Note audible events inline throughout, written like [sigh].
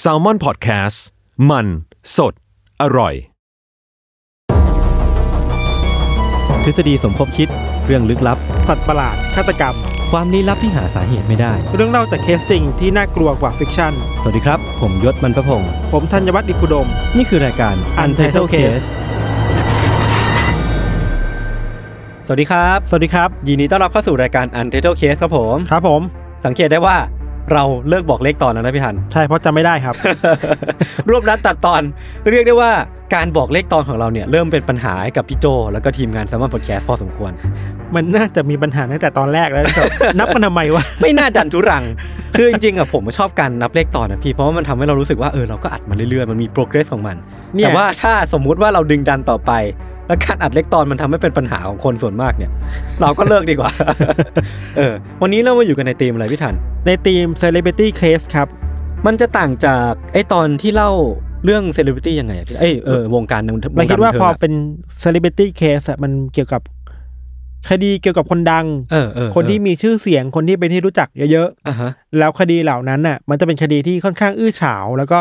แซลมอนพอดแคสต์มันสดอร่อย ทฤษฎีสมคบคิดเรื่องลึกลับ สัตว์ประหลาดฆาตกรรม ความลี้ลับที่หาสาเหตุไม่ได้ เรื่องเล่าจากเคสจริงที่น่ากลัวกว่าฟิกชั่น สวัสดีครับ ผมยศมันประพงศ์ ผมธัญวัฒน์อิพุดม นี่คือรายการ Untitled Case สวัสดีครับ สวัสดีครับ ยินดีต้อนรับเข้าสู่รายการ Untitled Case ครับผม ครับผม สังเกตได้ว่าเราเลิกบอกเลขตอนแล้วนะพี่ทัน ใช่เพราะจำไม่ได้ครับ รวบรัดตัดตอน เรียกได้ว่าการบอกเลขตอนของเราเนี่ย เริ่มเป็นปัญหาให้กับพี่โจ แล้วก็ทีมงานสมาร์ทพอดแคสต์พอสมควร [laughs] มันน่าจะมีปัญหาตั้งแต่ตอนแรกแล้ว ครับนับมันทำไม [laughs] วะ ไม่น่าดันทุรัง คือจริงๆอะผมชอบการนับเลขตอนนะพี่ เพราะว่ามันทำให้เรารู้สึกว่าเออเราก็อัดมันเรื่อยๆ มันมี progress ของมัน เนี่ย แต่ว่าถ้าสมมุติว่าเราดึงดันต่อไป แล้วการอัดเลขตอนมันทำให้เป็นปัญหาของคนส่วนมากเนี่ย เราก็เลิกดีกว่า [laughs] เออ วันนี้เรามาอยู่กันในธีมอะไรพี่ทัน ในทีม Celebrity Case ครับ มันจะต่างจากไอตอนที่เล่าเรื่องเซเลบริตี้ยังไงอะพี่เอยเออวงการวงการ เราคิดว่า บัน พองเทิะ เป็น Celebrity Case อะมันเกี่ยวกับ คดีเกี่ยวกับคนดัง เออเออเออ คนที่มีชื่อเสียงคนที่เป็นที่รู้จักเยอะ อ่ะฮะ ๆ แล้วคดีเหล่านั้นน่ะมันจะเป็นคดีที่ค่อนข้างอื้อฉาว แล้วก็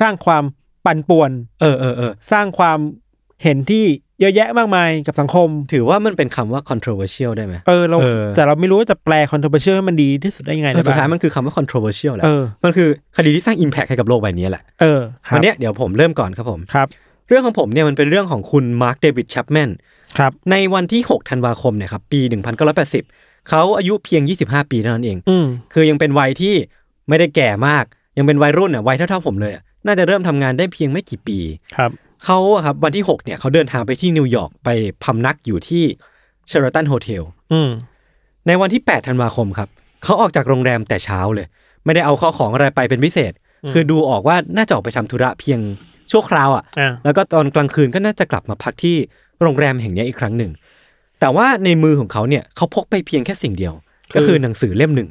สร้างความปั่นป่วน เออเออเออ สร้างความเห็นที่เยอะแยะมากมายกับสังคม ถือว่ามันเป็นคำว่า controversial ได้ไหม เออเรา เออ แต่เราไม่รู้ว่าจะแปล controversial ให้มันดีที่สุดได้ยังไง เออ ได้ สุดท้าย บ้าง มันคือคำว่า controversial แหละ เออ มันคือคดีที่สร้าง impact ให้กับโลกใบนี้แหละ เออครับ วันเนี้ยเดี๋ยวผมเริ่มก่อนครับผม ครับ เรื่องของผมเนี่ยมันเป็นเรื่องของคุณมาร์คเดวิดแชปแมน ครับ ในวันที่ 6 ธันวาคมเนี่ยครับปี 1980 เขาอายุเพียง 25 ปีเท่านั้นเอง อืม คือยังเป็นวัยที่ไม่ได้แก่มาก ยังเป็นวัยรุ่นอ่ะวัยเท่าๆผมเลยอะน่าจะเริ่มทำงานได้เพียงไม่กี่ปี ครับ เขาอะครับวันที่ 6 เนี่ยเขาเดินทางไปที่นิวยอร์กไปพำนักอยู่ที่เชอร์ตันโฮเทล อืม ในวันที่ 8 ธันวาคมครับ เขาออกจากโรงแรมแต่เช้าเลย ไม่ได้เอาข้อของอะไรไปเป็นพิเศษ คือดูออกว่าน่าจะออกไปทำธุระเพียงชั่วคราวอ่ะ อ่า แล้วก็ตอนกลางคืนก็น่าจะกลับมาพักที่โรงแรมแห่งเนี้ยอีกครั้งหนึ่ง แต่ว่าในมือของเขาเนี่ยเขาพกไปเพียงแค่สิ่งเดียว ก็คือหนังสือเล่มหนึ่ง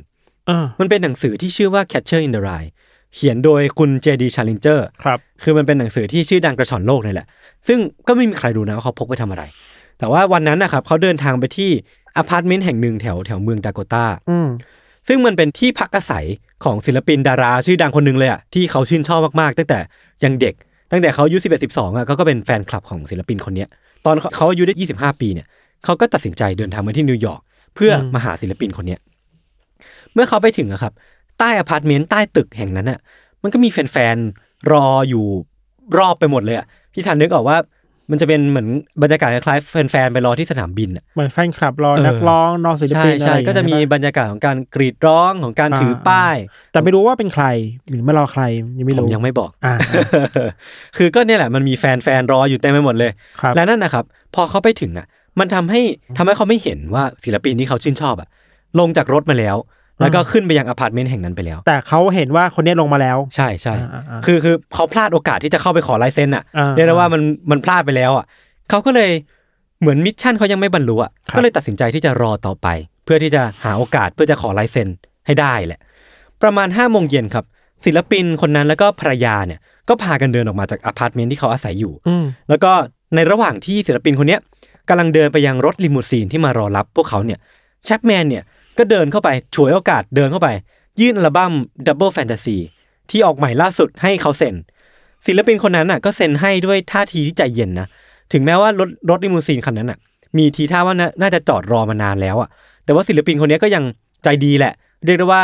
อ่า มันเป็นหนังสือที่ชื่อว่า Catcher in the Rye เขียนโดยคุณเจดีชาลินเจอร์ ครับ คือมันเป็นหนังสือที่ชื่อดังกระชอนโลกเลยแหละ ซึ่งก็ไม่มีใครรู้นะว่าเขาพกไปทำอะไร แต่ว่าวันนั้นนะครับเขาเดินทางไปที่อพาร์ตเมนต์แห่งหนึ่งแถวแถวเมืองดาโกตา อืม ซึ่งมันเป็นที่พักอาศัยของศิลปินดาราชื่อดังคนหนึ่งเลยอะที่เขาชื่นชอบมากๆ ตั้งแต่ยังเด็ก ตั้งแต่เขาอายุ11 12อะเขาก็เป็นแฟนคลับของศิลปินคนเนี้ย ตอนเขาอายุได้ 25 ปีเนี่ยเขาก็ตัดสินใจเดินทางมาที่นิวยอร์กเพื่อมาหาศิลปินคนเนี้ยเมื่อเขาไปถึงอะครับ ใต้อพาร์ตเมนต์ใต้ตึกแห่งนั้นอะมันก็มีแฟนๆรออยู่รอบไปหมดเลยอะพี่ทันนึกออกว่ามันจะเป็นเหมือนบรรยากาศคล้ายๆแฟนๆไปรอที่สนามบินอะ เหมือนแฟนคลับรอ เออ นักร้องนอศิล ใช่ ปินอะไร ใช่ อย่าง ก็ เงี้ย จะมี ใช่ป บรรยากาศของการกรีดร้องของการถืออา ป้าย แต่ไม่รู้ว่าเป็นใครหรือมารอใครยังไม่ ผ รู้ มยังไม่บอก [laughs] อ่า คือก็เนี่ยแหละมันมีแฟนๆรออยู่เต็มไปหมดเลย ครับ และนั่นนะครับ พอเขาไปถึงอ่ะ มันทำให้ทำให้เขาไม่เห็นว่าศิลปินที่เขาชื่นชอบอ่ะ ลงจากรถมาแล้ว แล้วก็ขึ้นไปยังอพาร์ตเมนต์แห่งนั้นไปแล้ว แต่เขาเห็นว่าคนเนี้ยลงมาแล้ว ใช่ใช่ อ่าอ่า คือคือเขาพลาดโอกาสที่จะเข้าไปขอลายเซ็นอ่ะ อ่า เรียกได้ว่ามันมันพลาดไปแล้วอ่ะเขาก็เลยเหมือนมิชชั่นเขายังไม่บรรลุอ่ะ ครับ ก็เลยตัดสินใจที่จะรอต่อไป เพื่อที่จะหาโอกาสเพื่อจะขอลายเซ็นให้ได้แหละ ประมาณ5้าโมงเย็นครับ ศิลปินคนนั้นแล้วก็ภรรยาเนี่ยก็พากันเดินออกมาจากอพาร์ตเมนต์ที่เขาอาศัยอยู่ อืม แล้วก็ในระหว่างที่ศิลปินคนเนี้ยกำลังเดินไปยังรถลิมูซีนที่มารอรับพวกเขาเนี่ยแชปแมนเนี่ยก็เดินเข้าไปฉวยโอกาสเดินเข้าไป ยื่นอัลบั้ม Double Fantasy ที่ออกใหม่ล่าสุดให้เขาเซ็น ศิลปินคนนั้นน่ะก็เซ็นให้ด้วยท่าทีที่ใจเย็นนะถึงแม้ว่ารถรถลิมูซีนคันนั้นน่ะมีทีท่าว่าน่าน่าจะจอดรอมานานแล้วอ่ะแต่ว่าศิลปินคนเนี้ยก็ยังใจดีแหละ เรียกได้ว่า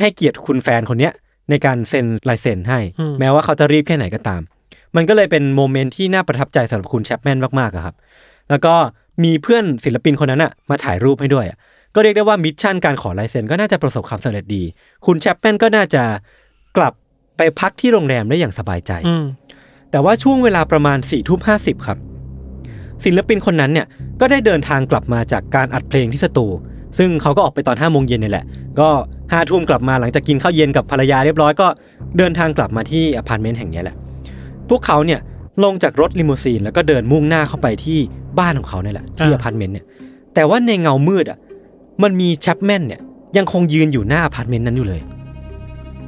ให้เกียรติคุณแฟนคนเนี้ยในการเซ็นลายเซ็นให้ แม้ว่าเขาจะรีบแค่ไหนก็ตาม มันก็เลยเป็นโมเมนต์ที่น่าประทับใจสำหรับคุณแชปแมนมากๆอะครับ แล้วก็มีเพื่อนศิลปินคนนั้นอะมาถ่ายรูปให้ด้วยอะก็เรียกได้ว่ามิชชั่นการขอลายเซ็นก็น่าจะประสบความสำเร็จดี คุณแชปแมนก็น่าจะกลับไปพักที่โรงแรมได้อย่างสบายใจ อืม แต่ว่าช่วงเวลาประมาณ4ี่ทุ่มห้าสิบครับ ศิลปินคนนั้นเนี่ยก็ได้เดินทางกลับมาจากการอัดเพลงที่สตู ซึ่งเขาก็ออกไปตอน5้าโมงเย็นนี่แหละ ก็ห้าทุ่มกลับมาหลังจากกินข้าวเย็นกับภรรยาเรียบร้อยก็เดินทางกลับมาที่อพาร์ตเมนต์แห่งเนี้ยแหละ พวกเขาเนี่ยลงจากรถลิมูซีนแล้วก็เดินมุ่งหน้าเข้าไปที่บ้านของเขาเนี่ยแหละที่อพาร์ตเมนต์เนี่ย แต่ว่าในเงามืดอ่ะมันมีแชปแมนเนี่ยยังคงยืนอยู่หน้าอพาร์ตเมนต์นั้นอยู่เลย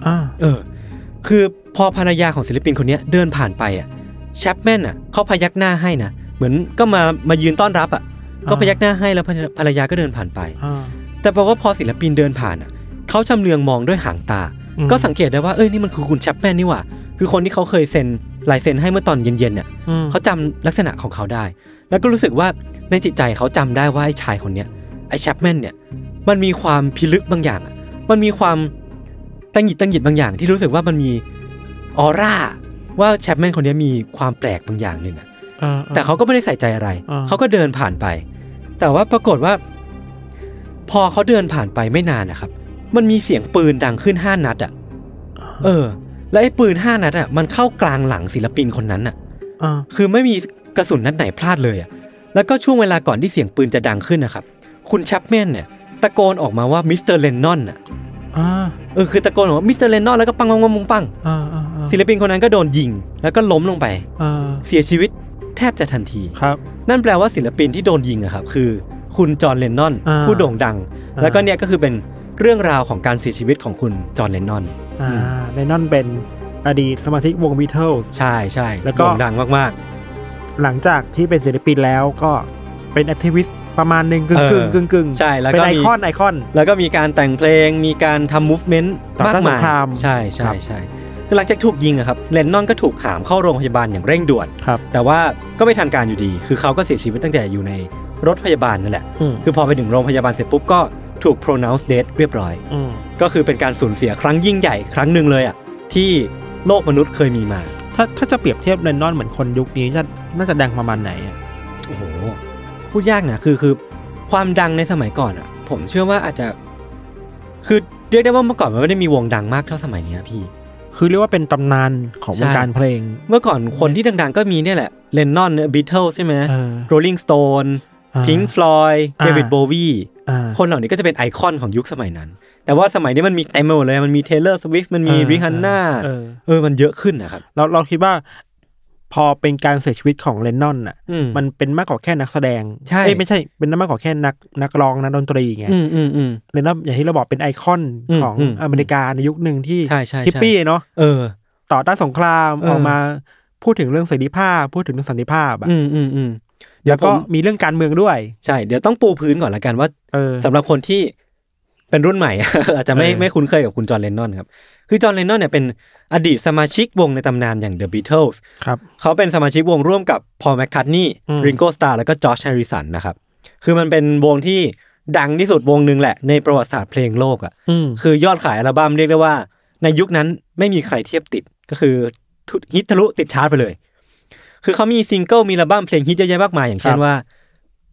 อ่า เออ คือพอภรรยาของศิลปินคนเนี้ยเดินผ่านไปอ่ะแชปแมนอ่ะเขาพยักหน้าให้นะ เหมือนก็มามายืนต้อนรับอ่ะ ก็พยักหน้าให้แล้วภรรภรรยาก็เดินผ่านไป อ่า แต่ปรากฏว่าพอศิลปินเดินผ่านอ่ะเขาชำเลืองมองด้วยหางตา อืม ก็สังเกตได้ว่าเอ้ยนี่มันคือคุณแชปแมนนี่หว่า คือคนที่เขาเคยเซ็นลายเซ็นให้เมื่อตอนเย็นๆเนี่ย อืม เขาจำลักษณะของเขาได้ แล้วก็รู้สึกว่าในจิตใจเขาจำได้ว่าไอ้ชายคนเนี้ยไอ้แชปแมนเนี่ยมันมีความพิลึกบางอย่างอะมันมีความตังหงิดตังหงิดบางอย่าง ที่รู้สึกว่ามันมีออร่าว่าแชปแมนคนเนี้ยมีความแปลกบางอย่างหนึ่งอะ อ่ แต่เขาก็ไม่ได้ใส่ใจอะไร อ่า เขาก็เดินผ่านไป แต่ว่าปรากฏว่า พอเขาเดินผ่านไปไม่นานนะครับ มันมีเสียงปืนดังขึ้นห้านัดอ่ะ เออ และไอ้ปืนห้านัดอ่ะ มันเข้ากลางหลังศิลปินคนนั้นอ่ะ อ่า คือไม่มีกระสุนนัดไหนพลาดเลยอ่ะ แล้วก็ช่วงเวลาก่อนที่เสียงปืนจะดังขึ้นนะครับ คุณชัปแมนเนี่ย ตะโกนออกมาว่ามิสเตอร์เลนนอนอ่ะ อ่า เออ คือตะโกนออกว่ามิสเตอร์เลนนอนแล้วก็ปังปังปังปังปัง อ่าอ่า ศิลปินคนนั้นก็โดนยิง แล้วก็ล้มลงไป อ่า เสียชีวิตแทบจะทันที ครับ นั่นแปลว่าศิลปินที่โดนยิงอะครับคือคุณจอห์นเลนนอน อ่า ผู้โด่งดัง อ่า แล้วก็เนี่ยก็คือเป็นเรื่องราวของการเสียชีวิตของคุณจอห์นเลนนอน อ่าเลนนอนเป็นอดีตสมาชิกวงบีเทิลส์ ใช่ใช่ แล้วก็ โด่งดังมาก หลังจากที่เป็นศิลปินแล้วก็เป็นแอคทิวิสต์ประมาณหนึ่งกึ่งกึ่เออกงึ่งกึ่ง ใช่แล้วก็ เป็นไอ มี คอนไอคอน ๆ แล้วก็มีการแต่งเพลงมีการทำมูฟเมนต์ ต่อ มา ต้ากนมาย สงคราม ใช่ใช่ ครับ ใช่คือหลังจากถูกยิงอะครับเลนนอนก็ถูกหามเข้าโรงพยาบาลอย่างเร่งด่วน ครับ แต่ว่าก็ไม่ทันการอยู่ดี คือเขาก็เสียชีวิตตั้งแต่อยู่ในรถพยาบาลนั่นแหละ อืม คือพอไปถึงโรงพยาบาลเสร็จปุ๊บก็ถูก pronounce dead เรียบร้อย อืม ก็คือเป็นการสูญเสียครั้งยิ่งใหญ่ครั้งหนึ่งเลยอ่ะที่โลกมนุษย์เคยมีมา ถ้าถ้าจะเปรียบเทียบเลนนอนเหมือนคนยุคนี้จะน่าจะดังประมาณไหนอะ โอ้โห พูดยากนะคือคือความดังในสมัยก่อนอ่ะ ผมเชื่อว่าอาจจะ คือเรียกได้ว่าเมื่อก่อนมันไม่ได้มีวงดังมากเท่าสมัยเนี้ยพี่ คือเรียกว่าเป็นตำนานของวงการเพลง เมื่อก่อนคนที่ดังๆ ก็มีเนี่ยแหละเลนนอนบิทเทิลใช่ไหม เออ โรลลิงสโตนพิงค์ฟลอยด์ อ่า เดวิดโบวี อ่า คนเหล่านี้ก็จะเป็นไอคอนของยุคสมัยนั้น แต่ว่าสมัยนี้มันมีเต็มไปหมดเลย มันมีเทเลอร์สวิฟมันมี เออ ริฮันน่า เออ เออมันเยอะขึ้นนะครับ เราเราคิดว่าพอเป็นการเสียชีวิตของเลนนอนอ่ะ อื มันเป็นมากกว่าแค่นักแสดง ใช่ เอ้ยไม่ใช่ เป็นมากกว่าแค่นักนักร้องนักดนตรีไง อืมอืมอืม เลนนอนอย่างที่เราบอกเป็นไอคอน อืม ของ อืม อเมริกาในยุคหนึ่งที่ ใช่ใช่ใช่ ฮิปปี้เนาะ เออ ต่อต้านสงคราม เออ ออกมาพูดถึงเรื่องเสรีภาพ พูดถึงเรื่องสันติภาพอะ อืมอืมอืมเดี๋ย แล้ผว วก็ ม มีเรื่องการเมืองด้วย ใช่ เดี๋ยวต้องปูพื้นก่อนละกันว่า เออ สำหรับคนที่เป็นรุ่นใหม่ [laughs] อาจจะไม่ เออ ไม่คุ้นเคยกับคุณจอห์นเลนนอนครับ คือจอห์นเลนนอนเนี่ยเป็นอดีตสมาชิกวงในตำนานอย่าง The Beatles ครับ เขาเป็นสมาชิกวงร่วมกับพอลแมคค a ร์ n นี อืม ริงโกสตาร์แล้วก็จอร์จแฮริสันนะครับ คือมันเป็นวงที่ดังที่สุดวงหนึ่งแหละ ในประวัติศาสตร์เพลงโลกอ่ะ อืม คือยอดขายอัลบั้มเรียกได้ว่า ในยุคนั้นไม่มีใครเทียบติดก็คือทุกฮิตทะลุติดชาร์ตไปเลย คือเขามีซิงเกิลมีอัลบั้มเพลงฮิตเยอะแยะมากมาย อย่างเช่นว่า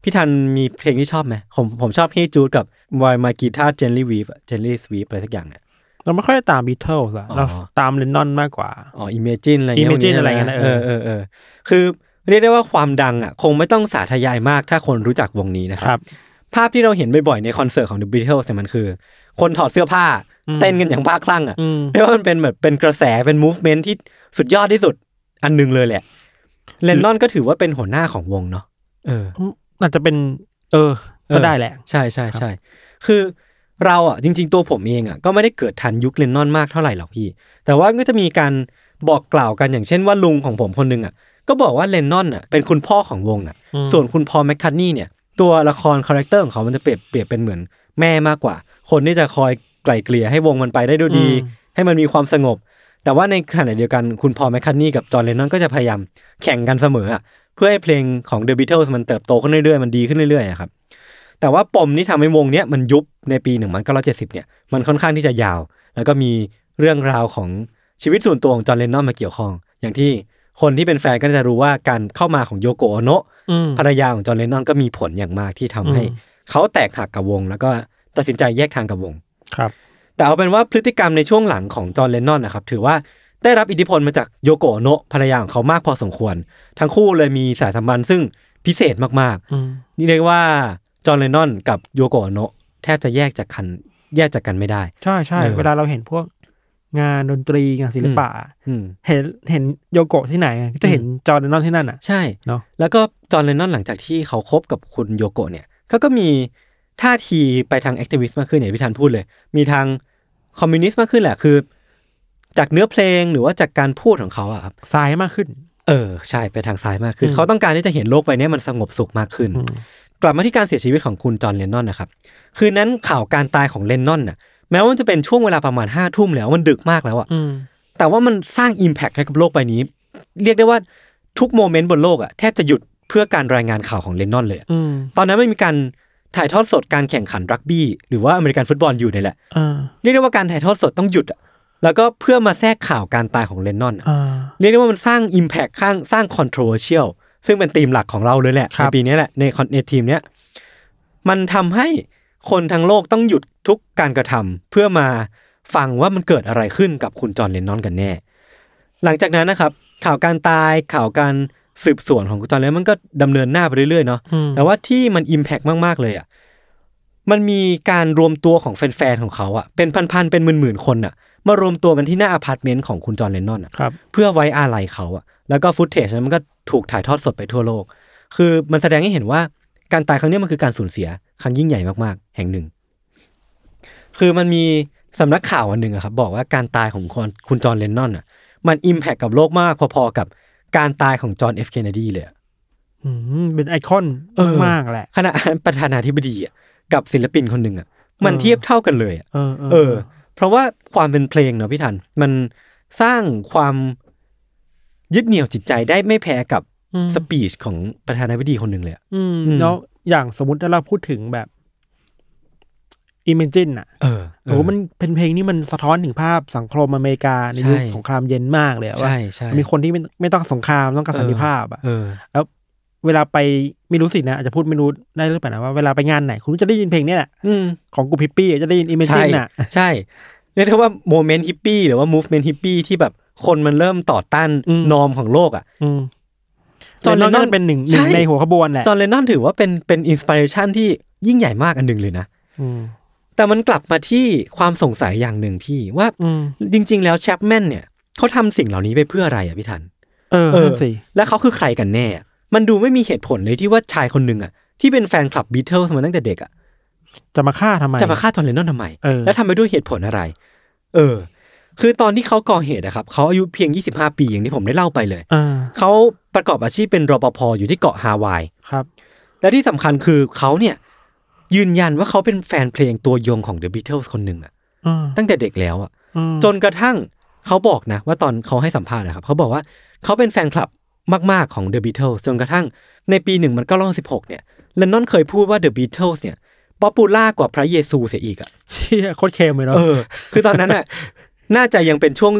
พี่ทันมีเพลงที่ชอบไหมผมผมชอบให้จูดกับวายมากีตาเจนลี่วีฟเจนลี่สวีฟอะไรสักอย่างเนี่ย เราไม่ค่อยได้ตามบีเทิลส์อะ อ๋อ เราตามเลนนอนมากกว่า อ๋ออิมเมจินอะไรเงี้ย Imagine พวก อะไรเงี้ย ใช่หม เอ เอ อ อเออเออคือเรียกได้ว่าความดังอ่ะคงไม่ต้องสาธยายมากถ้าคนรู้จักวงนี้นะค ค รั รับ บ ภาพที่เราเห็นบ่อยๆในคอนเสิร์ตของ The Beatles เนี่ยมันคือ คนถอดเสื้อผ้า อืม เต้นกันอย่างบ้าคลั่งอ่ะ อืม [laughs] เรียกว่ามันเป็นแบบเป็นกระแสเป็น movement ที่สุดยอดที่สุดอันหนึงเลยแหละเลนนอนก็ถือว่าเป็นหัวหน้าของวงเนาะเออ อาจจะเป็น เออ เออ ก็ได้แหละ ใช่ใช่ใช่ คือเราอ่ะจริง ๆ ตัวผมเองอ่ะก็ไม่ได้เกิดทันยุคเลนนอนมากเท่าไหร่หรอกพี่ แต่ว่าก็จะมีการบอกกล่าวกันอย่างเช่นว่าลุงของผมคนหนึงอ่ะก็บอกว่าเลนนอนอ่ะเป็นคุณพ่อของวงอ่ะ อืม ส่วนคุณพอลแมคคัตนี่เนี่ยตัวละครคาแรคเตอร์ของเขามันจะเปรียบเปรียบเป็นเหมือนแม่มากกว่า คนที่จะคอยไกล่เกลี่ยให้วงมันไปได้ด้วยดี ให้มันมีความสงบ แต่ว่าในขณะเดียวกันคุณพอลแมคคัตนี่กับจอห์นเลนนอนก็จะพยายามแข่งกันเสมออะเพื่อให้เพลงของ The Beatles มันเติบโตขึ้นเรื่อยๆ มันดีขึ้นเรื่อยๆอะครับ แต่ว่าปมที่ทำให้วงเนี้ยมันยุบในปี 1970 เนี่ยมันค่อนข้างที่จะยาว แล้วก็มีเรื่องราวของชีวิตส่วนตัวของจอห์นเลนนอนมาเกี่ยวข้อง อย่างที่คนที่เป็นแฟนก็จะรู้ว่าการเข้ามาของโยโกโอโนะ อืม ภรรยาของจอห์นเลนนอนก็มีผลอย่างมากที่ทำให้ อืม เขาแตกหักกับวง แล้วก็ตัดสินใจแยกทางกับวง ครับ แต่เอาเป็นว่าพฤติกรรมในช่วงหลังของจอห์นเลนนอนนะครับ ถือว่าได้รับอิทธิพลมาจากโยโกโนะภรรยาของเขามากพอสมควร ทั้งคู่เลยมีสายสัมพันธ์ซึ่งพิเศษมาก อืม ๆ นี่เรียกว่าจอห์นเลนนอนกับโยโกโนะแทบจะแยกจากกันแยกจากกันไม่ได้ ใช่ใช่ เออ เวลาเราเห็นพวกงานดนตรีงานศิลปะ อืม เห็นเห็นโยโกะที่ไหนอะก็จะเห็นจอร์แดนนอนที่นั่นอ่ะ ใช่ เนอะ แล้วก็จอห์นเลนนอนหลังจากที่เขาคบกับคุณโยโกะเนี่ยเขาก็มีท่าทีไปทางแอคทิวิสต์มากขึ้นอย่างที่พี่ธันพูดเลย มีทางคอมมิวนิสต์มากขึ้นแหละคือ จากเนื้อเพลงหรือว่าจากการพูดของเขาอะครับ ซ้ายมากขึ้น เออใช่ไปทางซ้ายมากขึ้น อืม เขาต้องการที่จะเห็นโลกใบเนี้ยมันสงบสุขมากขึ้น อืม กลับมาที่การเสียชีวิตของคุณจอห์นเลนนอนนะครับ คืนนั้นข่าวการตายของเลนนอนน่ะ แม้ว่ามันจะเป็นช่วงเวลาประมาณห้าทุ่มแล้วมันดึกมากแล้วอะ อืม แต่ว่ามันสร้างอิมแพกให้กับโลกใบนี้ เรียกได้ว่าทุกโมเมนต์บนโลกอะแทบจะหยุดเพื่อการรายงานข่าวของเลนนอนเลยอะ อืม ตอนนั้นมันมีการถ่ายทอดสดการแข่งขันรักบี้ หรือว่าอเมริกันฟุตบอลอยู่เนี่ยแหละ อ่า เรียกได้ว่าการถ่ายทอดสดต้องหยุดอะแล้วก็เพื่อมาแทรกข่าวการตายของเลนนอนอะ อ่า เรียกได้ว่ามันสร้าง Impact ข้างสร้าง controversial ซึ่งเป็นธีมหลักของเราเลยแหละ ครั ใน บ ปีนี้แหละในคอนในทีมเนี้ยมันทำให้คนทั้งโลกต้องหยุดทุกการกระทำเพื่อมาฟังว่ามันเกิดอะไรขึ้นกับคุณจอห์นเลนนอนกันแน่ หลังจากนั้นนะครับ ข่าวการตายข่าวการสืบสวนของคุณจอห์นเลนนอนมันก็ดำเนินหน้าไปเรื่อยๆเนาะ อืม แต่ว่าที่มันอิมแพกมาก ๆ เลยอ่ะ มันมีการรวมตัวของแฟน ๆ ของเขาอ่ะ เป็นพัน ๆ เป็นหมื่น ๆ คนอ่ะ มารวมตัวกันที่หน้าอพาร์ตเมนต์ของคุณจอห์นเลนนอนอ่ะ ครับ เพื่อไว้อาลัยเขาอ่ะ แล้วก็ฟุตเทจนั้นมันก็ถูกถ่ายทอดสดไปทั่วโลก คือมันแสดงให้เห็นว่าการตายครั้งเนี้ยมันคือการสูญเสียครั้งยิ่งใหญ่มาก ๆ แห่งหนึ่ง คือมันมีสำนักข่าวอันหนึ่งอะครับบอกว่าการตายของคนคุณจอห์นเลนนอนอ่ะ มันอิมแพกกับโลกมากพอๆกับการตายของจอห์นเอฟเคนเนดีเลยอะ อืมเป็นไอคอน เออ มากๆแหละ ขณะประธานาธิบดีอะกับศิลปินคนหนึ่งอะมัน เออ เทียบเท่ากันเลยอะ เออเออ เออ เพราะว่าความเป็นเพลงเนาะพี่ทัน มันสร้างความยึดเหนี่ยวจิตใจได้ไม่แพ้กับ ม สปีชของประธานาธิบดีคนหนึ่งเลยอะ อืม อืม แล้วอย่างสมมติถ้าเราพูดถึงแบบอิมเมจินอ่ะ เออ โอ้โหมันเป็นเพลงนี่มันสะท้อนถึงภาพสังคมอเมริกาในยุคสงครามเย็นมากเลยอะว่า ใช่ใช่ มีคนที่ไม่ไม่ต้องสงครามต้องการสันติภาพอ่ะ เออ แล้วเวลาไปไม่รู้สินะอาจจะพูดไม่รู้ได้หรือเปล่านะว่าเวลาไปงานไหน คุณจะได้ยินเพลงเนี้ยแหละ อืม ของกูพิปปี้จะได้ยินอิมเมจิ ใช่ นอ่ะ ใช่เรียกได้ว่าโมเมนต์ฮิปปี้หรือว่ามูฟเมนต์ฮิปปี้ที่แบบคนมันเริ่มต่อต้าน อืม นอมของโลกอ่ะ อืม จ จ อ อ ห์ ห์ น น เลนนอเลนนน อนเป็นหนึ่ง ใช่ หนึ่งในหัวขบวนแหละ จอห์นเลนนอนถือว่าเป็นเป็นอินสปิเรชันที่ยิ่งใหญ่มากอันหนึ่งเลยนะ อืม แต่มันกลับมาที่ความสงสัยอย่างหนึ่งพี่ว่า อืม จริง ๆ แล้วแชปแมนเนี่ยเขาทำสิ่งเหล่านี้ไปเพื่ออะไรอ่ะพี่ทัน เออ เออ นั่นสิ และเขาคือใครกันแน่ มันดูไม่มีเหตุผลเลยที่ว่าชายคนหนึ่งอ่ะที่เป็นแฟนคลับบีเทิลมาตั้งแต่เด็กอ่ะ จะมาฆ่าทำไม จะมาฆ่าจอห์นเลนนอนทำไม เออ และทำไปด้วยเหตุผลอะไร เออ คือตอนที่เขาก่อเหตุอะครับเขาอายุเพียง 25 ปีอย่างที่ผมได้เล่าไปเลย อ่า เขาประกอบอาชีพเป็นรปภอยู่ที่เกาะฮาวาย ครับ และที่สำคัญคือเขาเนี่ยยืนยันว่าเขาเป็นแฟนเพลงตัวยงของเดอะบีเทิลคนหนึ่งอ่ะ อืม ตั้งแต่เด็กแล้วอ่ะ อืม จนกระทั่งเขาบอกนะ ว่าตอนเขาให้สัมภาษณ์นะครับ เขาบอกว่าเขาเป็นแฟนคลับมาก ๆ ของ The Beatles จนกระทั่งในปี 1 มันก็ร้อง16 เนี่ยเลนนอนเคยพูดว่า The Beatles เนี่ยป๊อปปูล่ากว่าพระเยซูเสียอีกอะ เชี่ยโคตรเค็มเลยเนาะ เออ คือตอนนั้นน่ะ น่าจะยังเป็นช่วง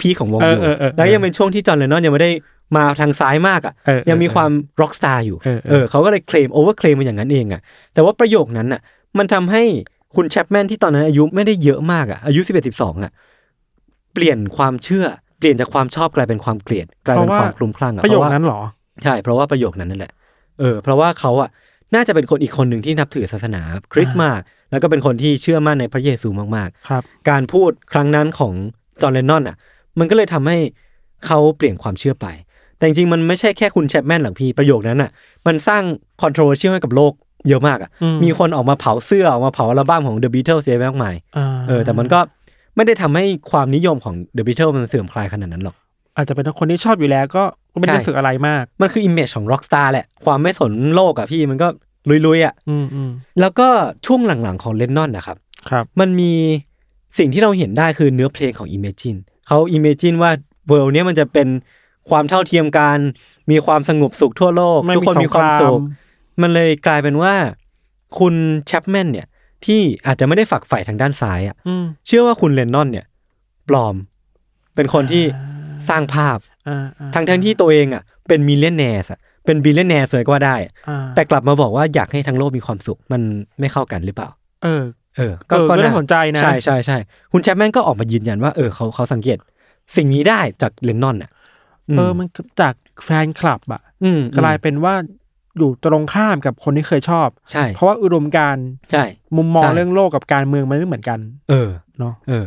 พีคๆของวงอยู่ เออเออเออ แล้วยังเป็นช่วงที่จอห์นเลนนอนยังไม่ได้มาทางซ้ายมากอะ เออเออ ยังมีความร็อกสตาร์อยู่ เออเออ เขาก็เลยเคลมโอเวอร์เคลมมันอย่างนั้นเองอะแต่ว่าประโยคนั้นน่ะ มันทำให้คุณแชปแมนที่ตอนนั้นอายุไม่ได้เยอะมากอะอายุสิบเอ็ดสิบสองอะ เปลี่ยนความเชื่อเปลี่ยนจากความชอบกลายเป็นความเกลียดกลายเป็นความคลุมคลั่งอ ประโยค เพาว่า นั้นเหรอ ใช่ เพราะว่าประโยคนั้นนั่นแหละเออเพราะว่าเขาอ่ะน่าจะเป็นคนอีกคนหนึ่งที่นับถือศาสนาคริสต์มาก แล้วก็เป็นคนที่เชื่อมั่นในพระเยซูมาก ครับ ๆ การพูดครั้งนั้นของจอห์นเลนนอนอ่ะ มันก็เลยทำให้เขาเปลี่ยนความเชื่อไป แต่จริงๆมันไม่ใช่แค่คุณแชปแมนหลังพี่ประโยคนั้นอ่ะ มันสร้างคอนโทรเวอร์ชีให้กับโลกเยอะมากอ่ะ อืม มีคนออกมาเผาเสื้อออกมาเผาอัลบั้มของ The Beatles เยอะแยะมากมาย อ่า เออแต่มันก็ไม่ได้ทำให้ความนิยมของ The Beatles มันเสื่อมคลายขนาดนั้นหรอก อาจจะเป็นคนที่ชอบอยู่แล้วก็ก็ไม่ได้ ใช่ รู้สึกอะไรมาก มันคืออิมเมจของร็อกสตาร์แหละ ความไม่สนโลกอะพี่มันก็ลุยๆอะ อืมอืม แล้วก็ช่วงหลังๆของเลนนอนนะครับ ครับ มันมีสิ่งที่เราเห็นได้คือเนื้อเพลงของ Imagine เขา Imagine ว่าเวิลด์เนี้ยมันจะเป็นความเท่าเทียมกัน มีความสงบสุขทั่วโลก ไม่ ทุกคนมีความ สงคราม สุข มันเลยกลายเป็นว่า คุณแชปแมนเนี่ย ที่อาจจะไม่ได้ฝักใฝ่ทางด้านซ้ายอะ อืม เชื่อว่าคุณเลนนอนเนี่ยปลอม เป็นคนที่สร้างภาพ อ่าอ่า ทั้งทั้งๆที่ตัวเองอ่ะเป็นมิลเลนแนสอะเป็นบิลเลนแนสเลยก็ว่าได้ อ่า แต่กลับมาบอกว่าอยากให้ทั้งโลกมีความสุขมันไม่เข้ากันหรือเปล่า เออ เออ เออก็น่าสนใจนะ ใช่ใช่ใช่คุณแชปแมนก็ออกมายืนยันว่าเออเขาเขาสังเกต สิ่งนี้ได้จากเลนนอนอ่ะ เออมันจากแฟนคลับอ่ะ อืม กลายเป็นว่าอยู่ตรงข้ามกับคนที่เคยชอบ ใช่ เพราะว่าอุดมการณ์ ใช่ มุมมอง ใช่ เรื่องโลกกับการเมืองมันไม่เหมือนกัน เออ เนาะ เออ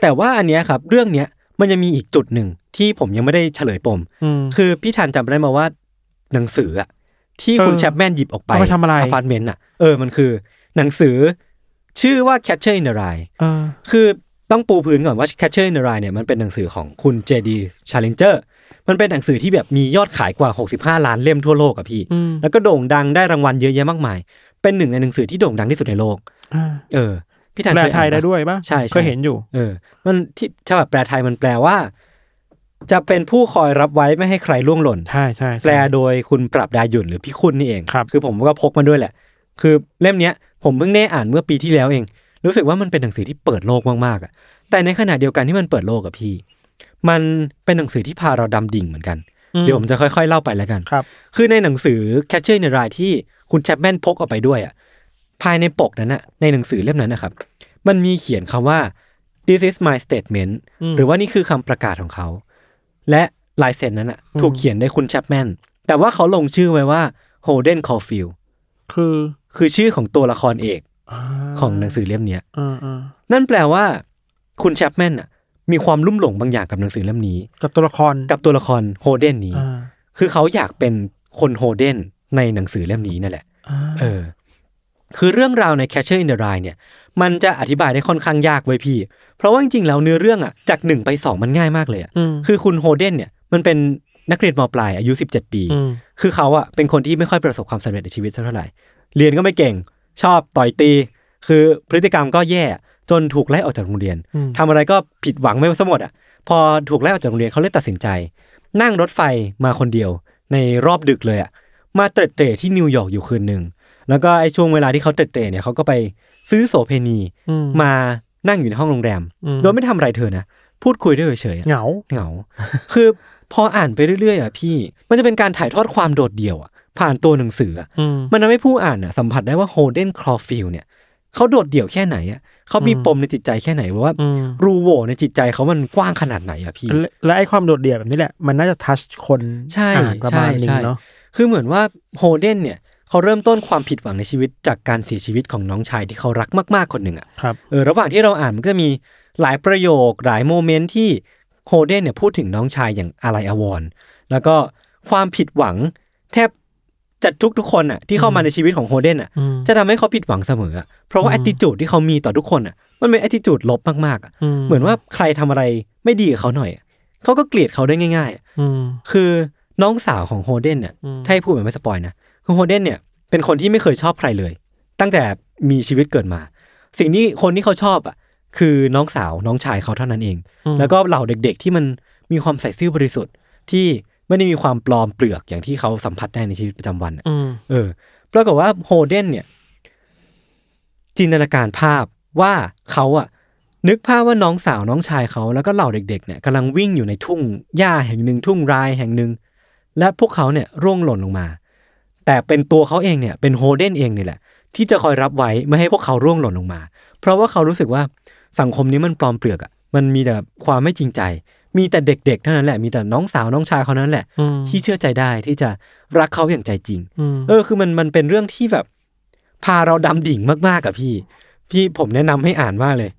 แต่ว่าอันเนี้ยครับ เรื่องเนี้ยมันจะมีอีกจุดหนึ่งที่ผมยังไม่ได้เฉลยปม อืม คือพี่ทันจำได้มาว่าหนังสืออะที่คุณ เออ แชปแมนหยิบออกไป เอาไปทำอะไร อพาร์ตเมนต์อะเออมันคือ หนังสือ ชื่อว่า Catcher in the Rye เออ คือต้องปูพื้นก่อนว่า Catcher in the Rye เนี่ยมันเป็นหนังสือของคุณ JD Challenger มันเป็นหนังสือที่แบบมียอดขายกว่า 65 ล้านเล่มทั่วโลกอะพี่ อืม แล้วก็โด่งดังได้รางวัลเยอะแยะมากมาย เป็นหนึ่งในหนังสือที่โด่งดังที่สุดในโลก อ่า เออ พี่ธัน แปล เคย ไท อ่านปะยได้ด้วยป่ะ ใช่ใช่ เคยเห็นอยู่ เออ มันที่ฉบับแปลไทยมันแปลว่า จะเป็นผู้คอยรับไว้ไม่ให้ใครล่วงหล่น ใช่ใช่ใช่ แปลโดยคุณปรับดาหยุ่นหรือพี่คุณนี่เอง ครับ อผมก็พกมาด้วยแหละ คือเล่มเนี้ย ผมเพิ่งได้อ่านเมื่อปีที่แล้วเอง รู้สึกว่ามันเป็นหนังสือที่เปิดโลกมากๆอะแต่ในขณะเดียวกันที่มันเปิดโลกกับพี่ มันเป็นหนังสือที่พาเราดำดิ่งเหมือนกัน อื เดี๋ยวผมจะค่อย ๆ เล่าไปแล้วกัน ครับ คือในหนังสือ Catcher in the Rye ที่คุณแชปแมนพกออกไปด้วยอ่ะภายในปกนั้นน่ะในหนังสือเล่มนั้นนะครับ มันมีเขียนคำว่า this is my statement อืม หรือว่านี่คือคำประกาศของเขา และลายเซ็นนั้นน่ะ อืม ถูกเขียนโดยคุณแชปแมนแต่ว่าเขาลงชื่อไว้ว่า Holden Caulfield คือ คือชื่อของตัวละครเอก า ของหนังสือเล่มเนี้ย อ่าอ่า นั่นแปลว่า คุณแชปแมนน่ะมีความลุ่มหลงบางอย่างกับหนังสือเล่มนี้ กับตัวละคร กับตัวละครโฮเดนนี้ อ่า คือเขาอยากเป็นคนโฮเดนในหนังสือเล่มนี้นั่นแหละ อ่า เออ คือเรื่องราวใน Catcher in the Rye เนี่ย มันจะอธิบายได้ค่อนข้างยากไว้ยพี่ เพราะว่าจริงๆ แล้วเนื้อเรื่องอะจากหนึ่งไปสองมันง่ายมากเลยอะ ม คือคุณโฮเดนเนี่ย มันเป็นนักเรียนมปลายอายุ 17 ปี ม คือเขาอะเป็นคนที่ไม่ค่อยประสบความสำเร็จในชีวิตสักเท่าไหร่ เรียนก็ไม่เก่ง ชอบต่อยตี คือพฤติกรรมก็แย่ จนถูกไล่ออกจากโรงเรียน อืม ทำอะไรก็ผิดหวังไม่สมหมดอ่ะ พอถูกไล่ออกจากโรงเรียนเขาเลยตัดสินใจ นั่งรถไฟมาคนเดียว ในรอบดึกเลยอ่ะ มาเตร็ดเตร่ที่นิวยอร์กอยู่คืนหนึ่ง แล้วก็ไอ้ช่วงเวลาที่เขาเตร็ดเตร่เนี่ยเขาก็ไปซื้อโสเพณี อื มานั่งอยู่ในห้องโรงแรม อื โดยไม่ทำอะไรเธอนะ พูดคุยด้วยเฉยๆอะ เหงา เหงา คือพออ่านไปเรื่อยๆอ่ะพี่ มันจะเป็นการถ่ายทอดความโดดเดี่ยวอ่ะผ่านตัวหนังสืออ่ะ อืม มันทำให้ผู้อ่านน่ะสัมผัสได้ว่าโฮเดนคลอฟิลเนี่ยเขาโดดเดี่ยวแค่ไหนอ่ะเขามี อืม ปมในจิตใจแค่ไหนว่า อืม รูโหวในจิตใจเขามันกว้างขนาดไหนอะพี่ และและไอ้ความโดดเดี่ยวแบบนี้แหละ มันน่าจะทัชคน ใช่ อ่านประมาณ ใช่ นึ ใช่ งเนาะ คือเหมือนว่าโฮเดนเนี่ยเขาเริ่มต้นความผิดหวังในชีวิตจากการเสียชีวิตของน้องชายที่เขารักมากๆคนหนึ่งอะ ครับ เออระหว่างที่เราอ่านมันก็มีหลายประโยคหลายโมเมนต์ที่โฮเดนเนี่ยพูดถึงน้องชายอย่างอะไรอาวรณ์แล้วก็ความผิดหวังแทบจัดทุกทุกๆคนอะที่เข้ามาในชีวิตของโฮเดนอะ อืม จะทำให้เขาผิดหวังเสมออะเพราะว่า อื แอ ม ติจูดที่เขามีต่อทุกคนอะมันเป็นแอติจูดลบมากๆอะเหมือนว่าใครทำอะไรไม่ดีกับเขาหน่อยอะเขาก็เกลียดเขาได้ง่ายๆอะ อืม คือน้องสาวของโฮเดนเนี่ย อืม ถ้าให้พูดแบบไม่สปอยนะคือโฮเดนเนี่ยเป็นคนที่ไม่เคยชอบใครเลย ตั้งแต่มีชีวิตเกิดมา สิ่งที่คนที่เขาชอบอ่ะคือน้องสาวน้องชายเขาเท่านั้นเอง อืม แล้วก็เหล่าเด็กๆที่มันมีความใส่ซื่อบริสุทธิ์ ที่ไม่ได้มีความปลอมเปลือกอย่างที่เขาสัมผัสได้ในชีวิตประจำวันอะ อืม เออปรากฏว่าโฮเดนเนี่ยจินตนาการภาพว่าเขาอ่ะนึกภาพว่าน้องสาวน้องชายเขาแล้วก็เหล่าเด็กๆเนี่ยกำลังวิ่งอยู่ในทุ่งหญ้าแห่งหนึ่งทุ่งรายแห่งหนึ่ง และพวกเขาเนี่ยร่วงหล่นลงมา แต่เป็นตัวเขาเองเนี่ยเป็นโฮเดนเองนี่แหละ ที่จะคอยรับไว้ไม่ให้พวกเขาร่วงหล่นลงมา เพราะว่าเขารู้สึกว่าสังคมนี้มันปลอมเปลือกอะมันมีแต่ความไม่จริงใจ มีแต่เด็กๆเท่านั้นแหละมีแต่น้องสาวน้องชายเขานั้นแหละ อืม ที่เชื่อใจได้ที่จะรักเขาอย่างใจจริง อืม เออคือมันมันเป็นเรื่องที่แบบ พาเราดำดิ่งมากๆกับพี่ พี่ผมแนะนำให้อ่านมากเลย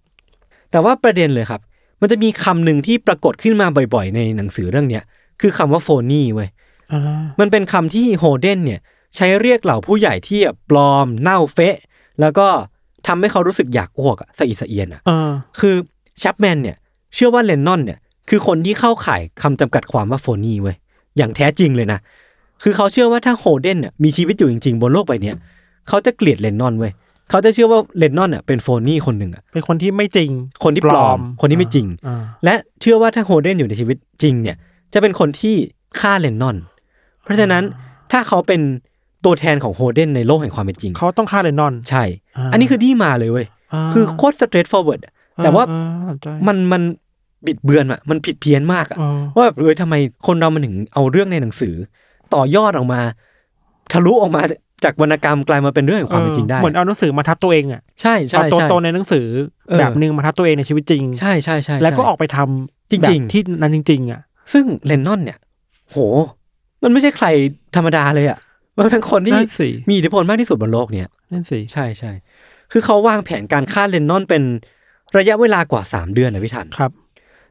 แต่ว่าประเด็นเลยครับ มันจะมีคำหนึ่งที่ปรากฏขึ้นมาบ่อยๆ ในหนังสือเรื่องเนี้ยคือคำว่าโฟนี่เว้ย า มันเป็นคำที่โฮเดนเนี่ยใช้เรียกเหล่าผู้ใหญ่ที่แบบปลอม เน่าเฟะ แล้วก็ทำให้เขารู้สึกอยากอ้วกอะสะอิดสะเอียนอะ อ่า คือชัปแมนเนี่ยเชื่อว่าเลนนอนเนี่ยคือคนที่เข้าข่ายคำจำกัดความว่าโฟนี่เว้ยอย่างแท้จริงเลยนะ คือเขาเชื่อว่าถ้าโฮเดนเนี่ยมีชีวิตอยู่จริงๆ บนโลกใบเนี้ยเขาจะเกลียดเลนนอนเว้ยเขาจะเชื่อว่าเลนนอนเน่ยเป็นโฟนี่คนหนึ่งอะ เป็นคนที่ไม่จริง คนที่ปลอม คนที่ไม่จริง อ่า และเชื่อว่าถ้าโฮเดนอยู่ในชีวิตจริงเนี่ย จะเป็นคนที่ฆ่าเลนนอน เพราะฉะนั้นถ้าเขาเป็นตัวแทนของโฮเดนในโลกแห่งความเป็นจริง เขาต้องฆ่าเลนนอน ใช่ อ่า อันนี้คือที่มาเลยเว้ย อ่า คือโคตรสเตรทฟอร์เวิร์ดแต่ว่า อ่อ่สใจ มันมันบิดเบือนอะมันผิดเพี้ยนมากอะ อ่า ว่าแบบเอ้ยทำไมคนเรามันถึงเอาเรื่องในหนังสือ ต่อยอดออกมา ทะลุออกมาจากวรรณกรรมกลายมาเป็นเรื่องแห่งความเป็นจริงได้ เหมือนเอาหนังสือมาทับตัวเองอ่ะ ใช่ใช่ เอาตัว ใช่ ตนในหนังสือ เออ แบบหนึ่งมาทับตัวเองในชีวิตจริง ใช่ใช่ใช่ใช่ แล้วก็ออกไปทำ จริงๆ แบบที่นั้นจริง ๆ อ่ะ ซึ่งเลนนอนเนี่ย โห มันไม่ใช่ใครธรรมดาเลยอะ่ะ มันเป็นคนที่ นั่นสิ มีอิทธิพลมากที่สุดบนโลกเนี่ย นั่นสิ ใช่ใช่ คือเขาวางแผนการฆ่าเลนนอนเป็นระยะเวลากว่า 3 เดือนนะพี่ทัน ครับ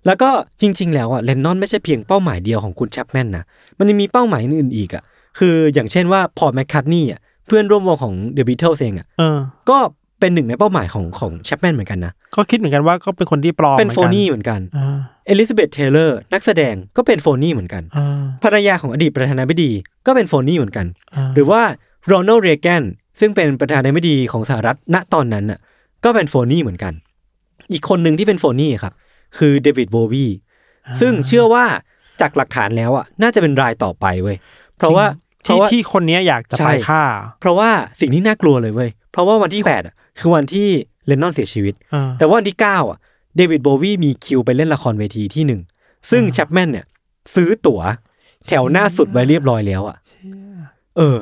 แล้วก็จริง ๆ แล้วอ่ะเลนนอนไม่ใช่เพียงเป้าหมายเดียวของคุณแชปแมนนะ มันยังมีเป้าหมายอื่นๆอีกอ่ะ คืออย่างเช่นว่าพอลแมคคาร์ทนีย์อ่ะเพื่อนร่วมวงของเดอะบิทเทิลเองอ่ะ เออ ก็เป็นหนึ่งในเป้าหมายของของแชปแมนเหมือนกันนะ ก็คิดเหมือนกันว่าก็เป็นคนที่ปลอม เป็น หมื โฟ อกั นี่เหมือนกัน อ่า เอลิซาเบธเทเลอร์นักแสดงก็เป็นโฟนี่เหมือนกัน อ่า ภรรยาของอดีตประธานาธิบดีก็เป็นโฟนี่เหมือนกัน า หรือว่าโรนัลด์เรแกนซึ่งเป็นประธานาธิบดีของสหรัฐณตอนนั้นน่ะ ก็เป็นโฟนี่เหมือนกัน อีกคนหนึ่งที่เป็นโฟนี่ครับ คือเดวิดโบวีซึ่งเชื่อว่าจากหลักฐานแล้วอ่ะน่าจะเป็นรายต่อไปเว้ยเพราะว่าเพ ที่ ราะว่า ที่คนเนี้ยอยากจะ ใช่ ไปฆ่า เพราะว่าสิ่งที่น่ากลัวเลยเว้ยเพราะว่าวันที่แปดอ่ะคือวันที่เลนนอนเสียชีวิต อ่า แต่ว่าวันที่เก้าอ่ะเดวิดโบวีมีคิวไปเล่นละครเวทีที่หนึ่งซึ่งแชปแมนเนี่ย ซื้อตั๋ว แถวหน้าสุดไว้เรียบร้อยแล้วอ่ะ เออ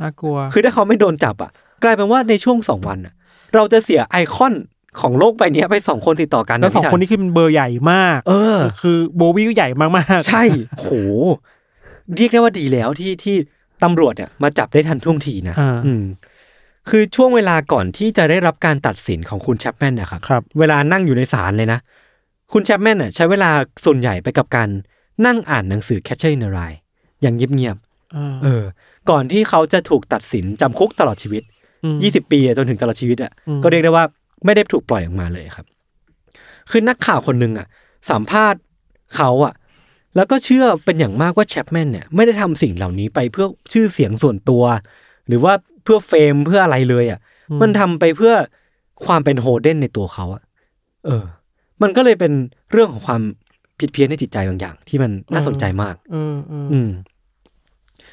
น่ากลัว คือถ้าเขาไม่โดนจับอ่ะ กลายเป็นว่าในช่วงสองวันอ่ะ เราจะเสียไอคอนของโลกใบเนี้ยไปสองคนติดต่อกัน แล้วสอง พี่ คนนี้คือเป็นเบอร์ใหญ่มาก เอ [laughs] อ คือโบวี่ก็ใหญ่มากๆ ใช่ โห เรียกได้ว่าดีแล้วที่ที่ตำรวจเนี่ยมาจับได้ทันท่วงทีนะ อ่า อืม คือช่วงเวลาก่อนที่จะได้รับการตัดสินของคุณแชปแมนเนะครับ ครับ เวลานั่งอยู่ในศาลเลยนะ คุณแชปแมนน่ะใช้เวลาส่วนใหญ่ไปกับการนั่งอ่านหนังสือแคชเชอร์ n นรายอย่างเงียบๆเออ ก่อนที่เขาจะถูกตัดสินจำคุกตลอดชีวิต 20 ปีอะจนถึงตลอดชีวิตอ่ะ อืม ก็เรียกได้ว่าไม่ได้ถูกปล่อยออกมาเลยครับ คือนักข่าวคนหนึ่งอ่ะ สัมภาษณ์เขาอ่ะ แล้วก็เชื่อเป็นอย่างมากว่าแชปแมนเนี่ยไม่ได้ทำสิ่งเหล่านี้ไปเพื่อชื่อเสียงส่วนตัว หรือว่าเพื่อเฟมเพื่ออะไรเลยอ่ะ มันทำไปเพื่อความเป็นโฮเดนในตัวเขาอะเออ มันก็เลยเป็นเรื่องของความผิดเพี้ยนในจิตใจบางอย่าง ที่มันน่าสนใจมาก เออเออ อืม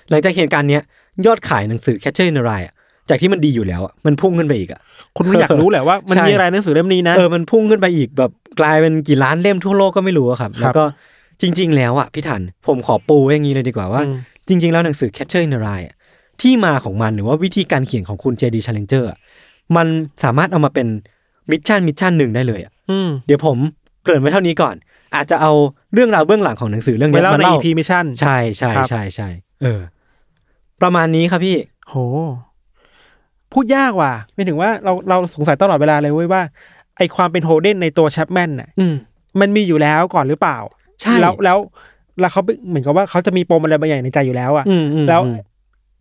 หลังจากเหตุการณ์เนี้ย ยอดขายหนังสือแคชเชอร์นรายอะจากที่มันดีอยู่แล้วอะมันพุ่งขึ้นไปอีกอะ คุณไม่อยากรู้แหละว่ามัน ใช่ มีอะไรหนังสือเล่มนี้นะ เออ มันพุ่งขึ้นไปอีกแบบกลายเป็นกี่ล้านเล่มทั่วโลกก็ไม่รู้อะครับ ครับ แล้วก็จริง ๆ แล้วอะพี่ทันผมขอปูไว้อย่างนี้เลยดีกว่าว่า อืม จริง ๆ แล้วหนังสือ Catcher in the Rye อะที่มาของมันหรือว่าวิธีการเขียนของคุณ JD Challenger อะมันสามารถเอามาเป็นมิชชั่นมิชชั่นหนึ่งได้เลยอะ อืม เดี๋ยวผมเกริ่นไว้เท่านี้ก่อน อาจจะเอาเรื่องราวเบื้องหลังของหนังสือเรื่อง ไป เนี้ย เล่า มา ใน เล่า EP มิชชั่น ใช่ใช่ ครับ ใช่ใช่เออ ประมาณนี้ครับพี่ โห พูดยากว่ะไม่ถึงว่าเราเราสงสัยตลอดเวลาเลยเว้ยว่า ไอความเป็นโฮเดนในตัวแชปแมนน่ะ อืม มันมีอยู่แล้วก่อนหรือเปล่า ใช่ แล้วแล้วแล้วเขาเป็นเหมือนกับว่าเขาจะมีปมอะไรบางอย่างในใจอยู่แล้วอะ อืมอืม แล้ว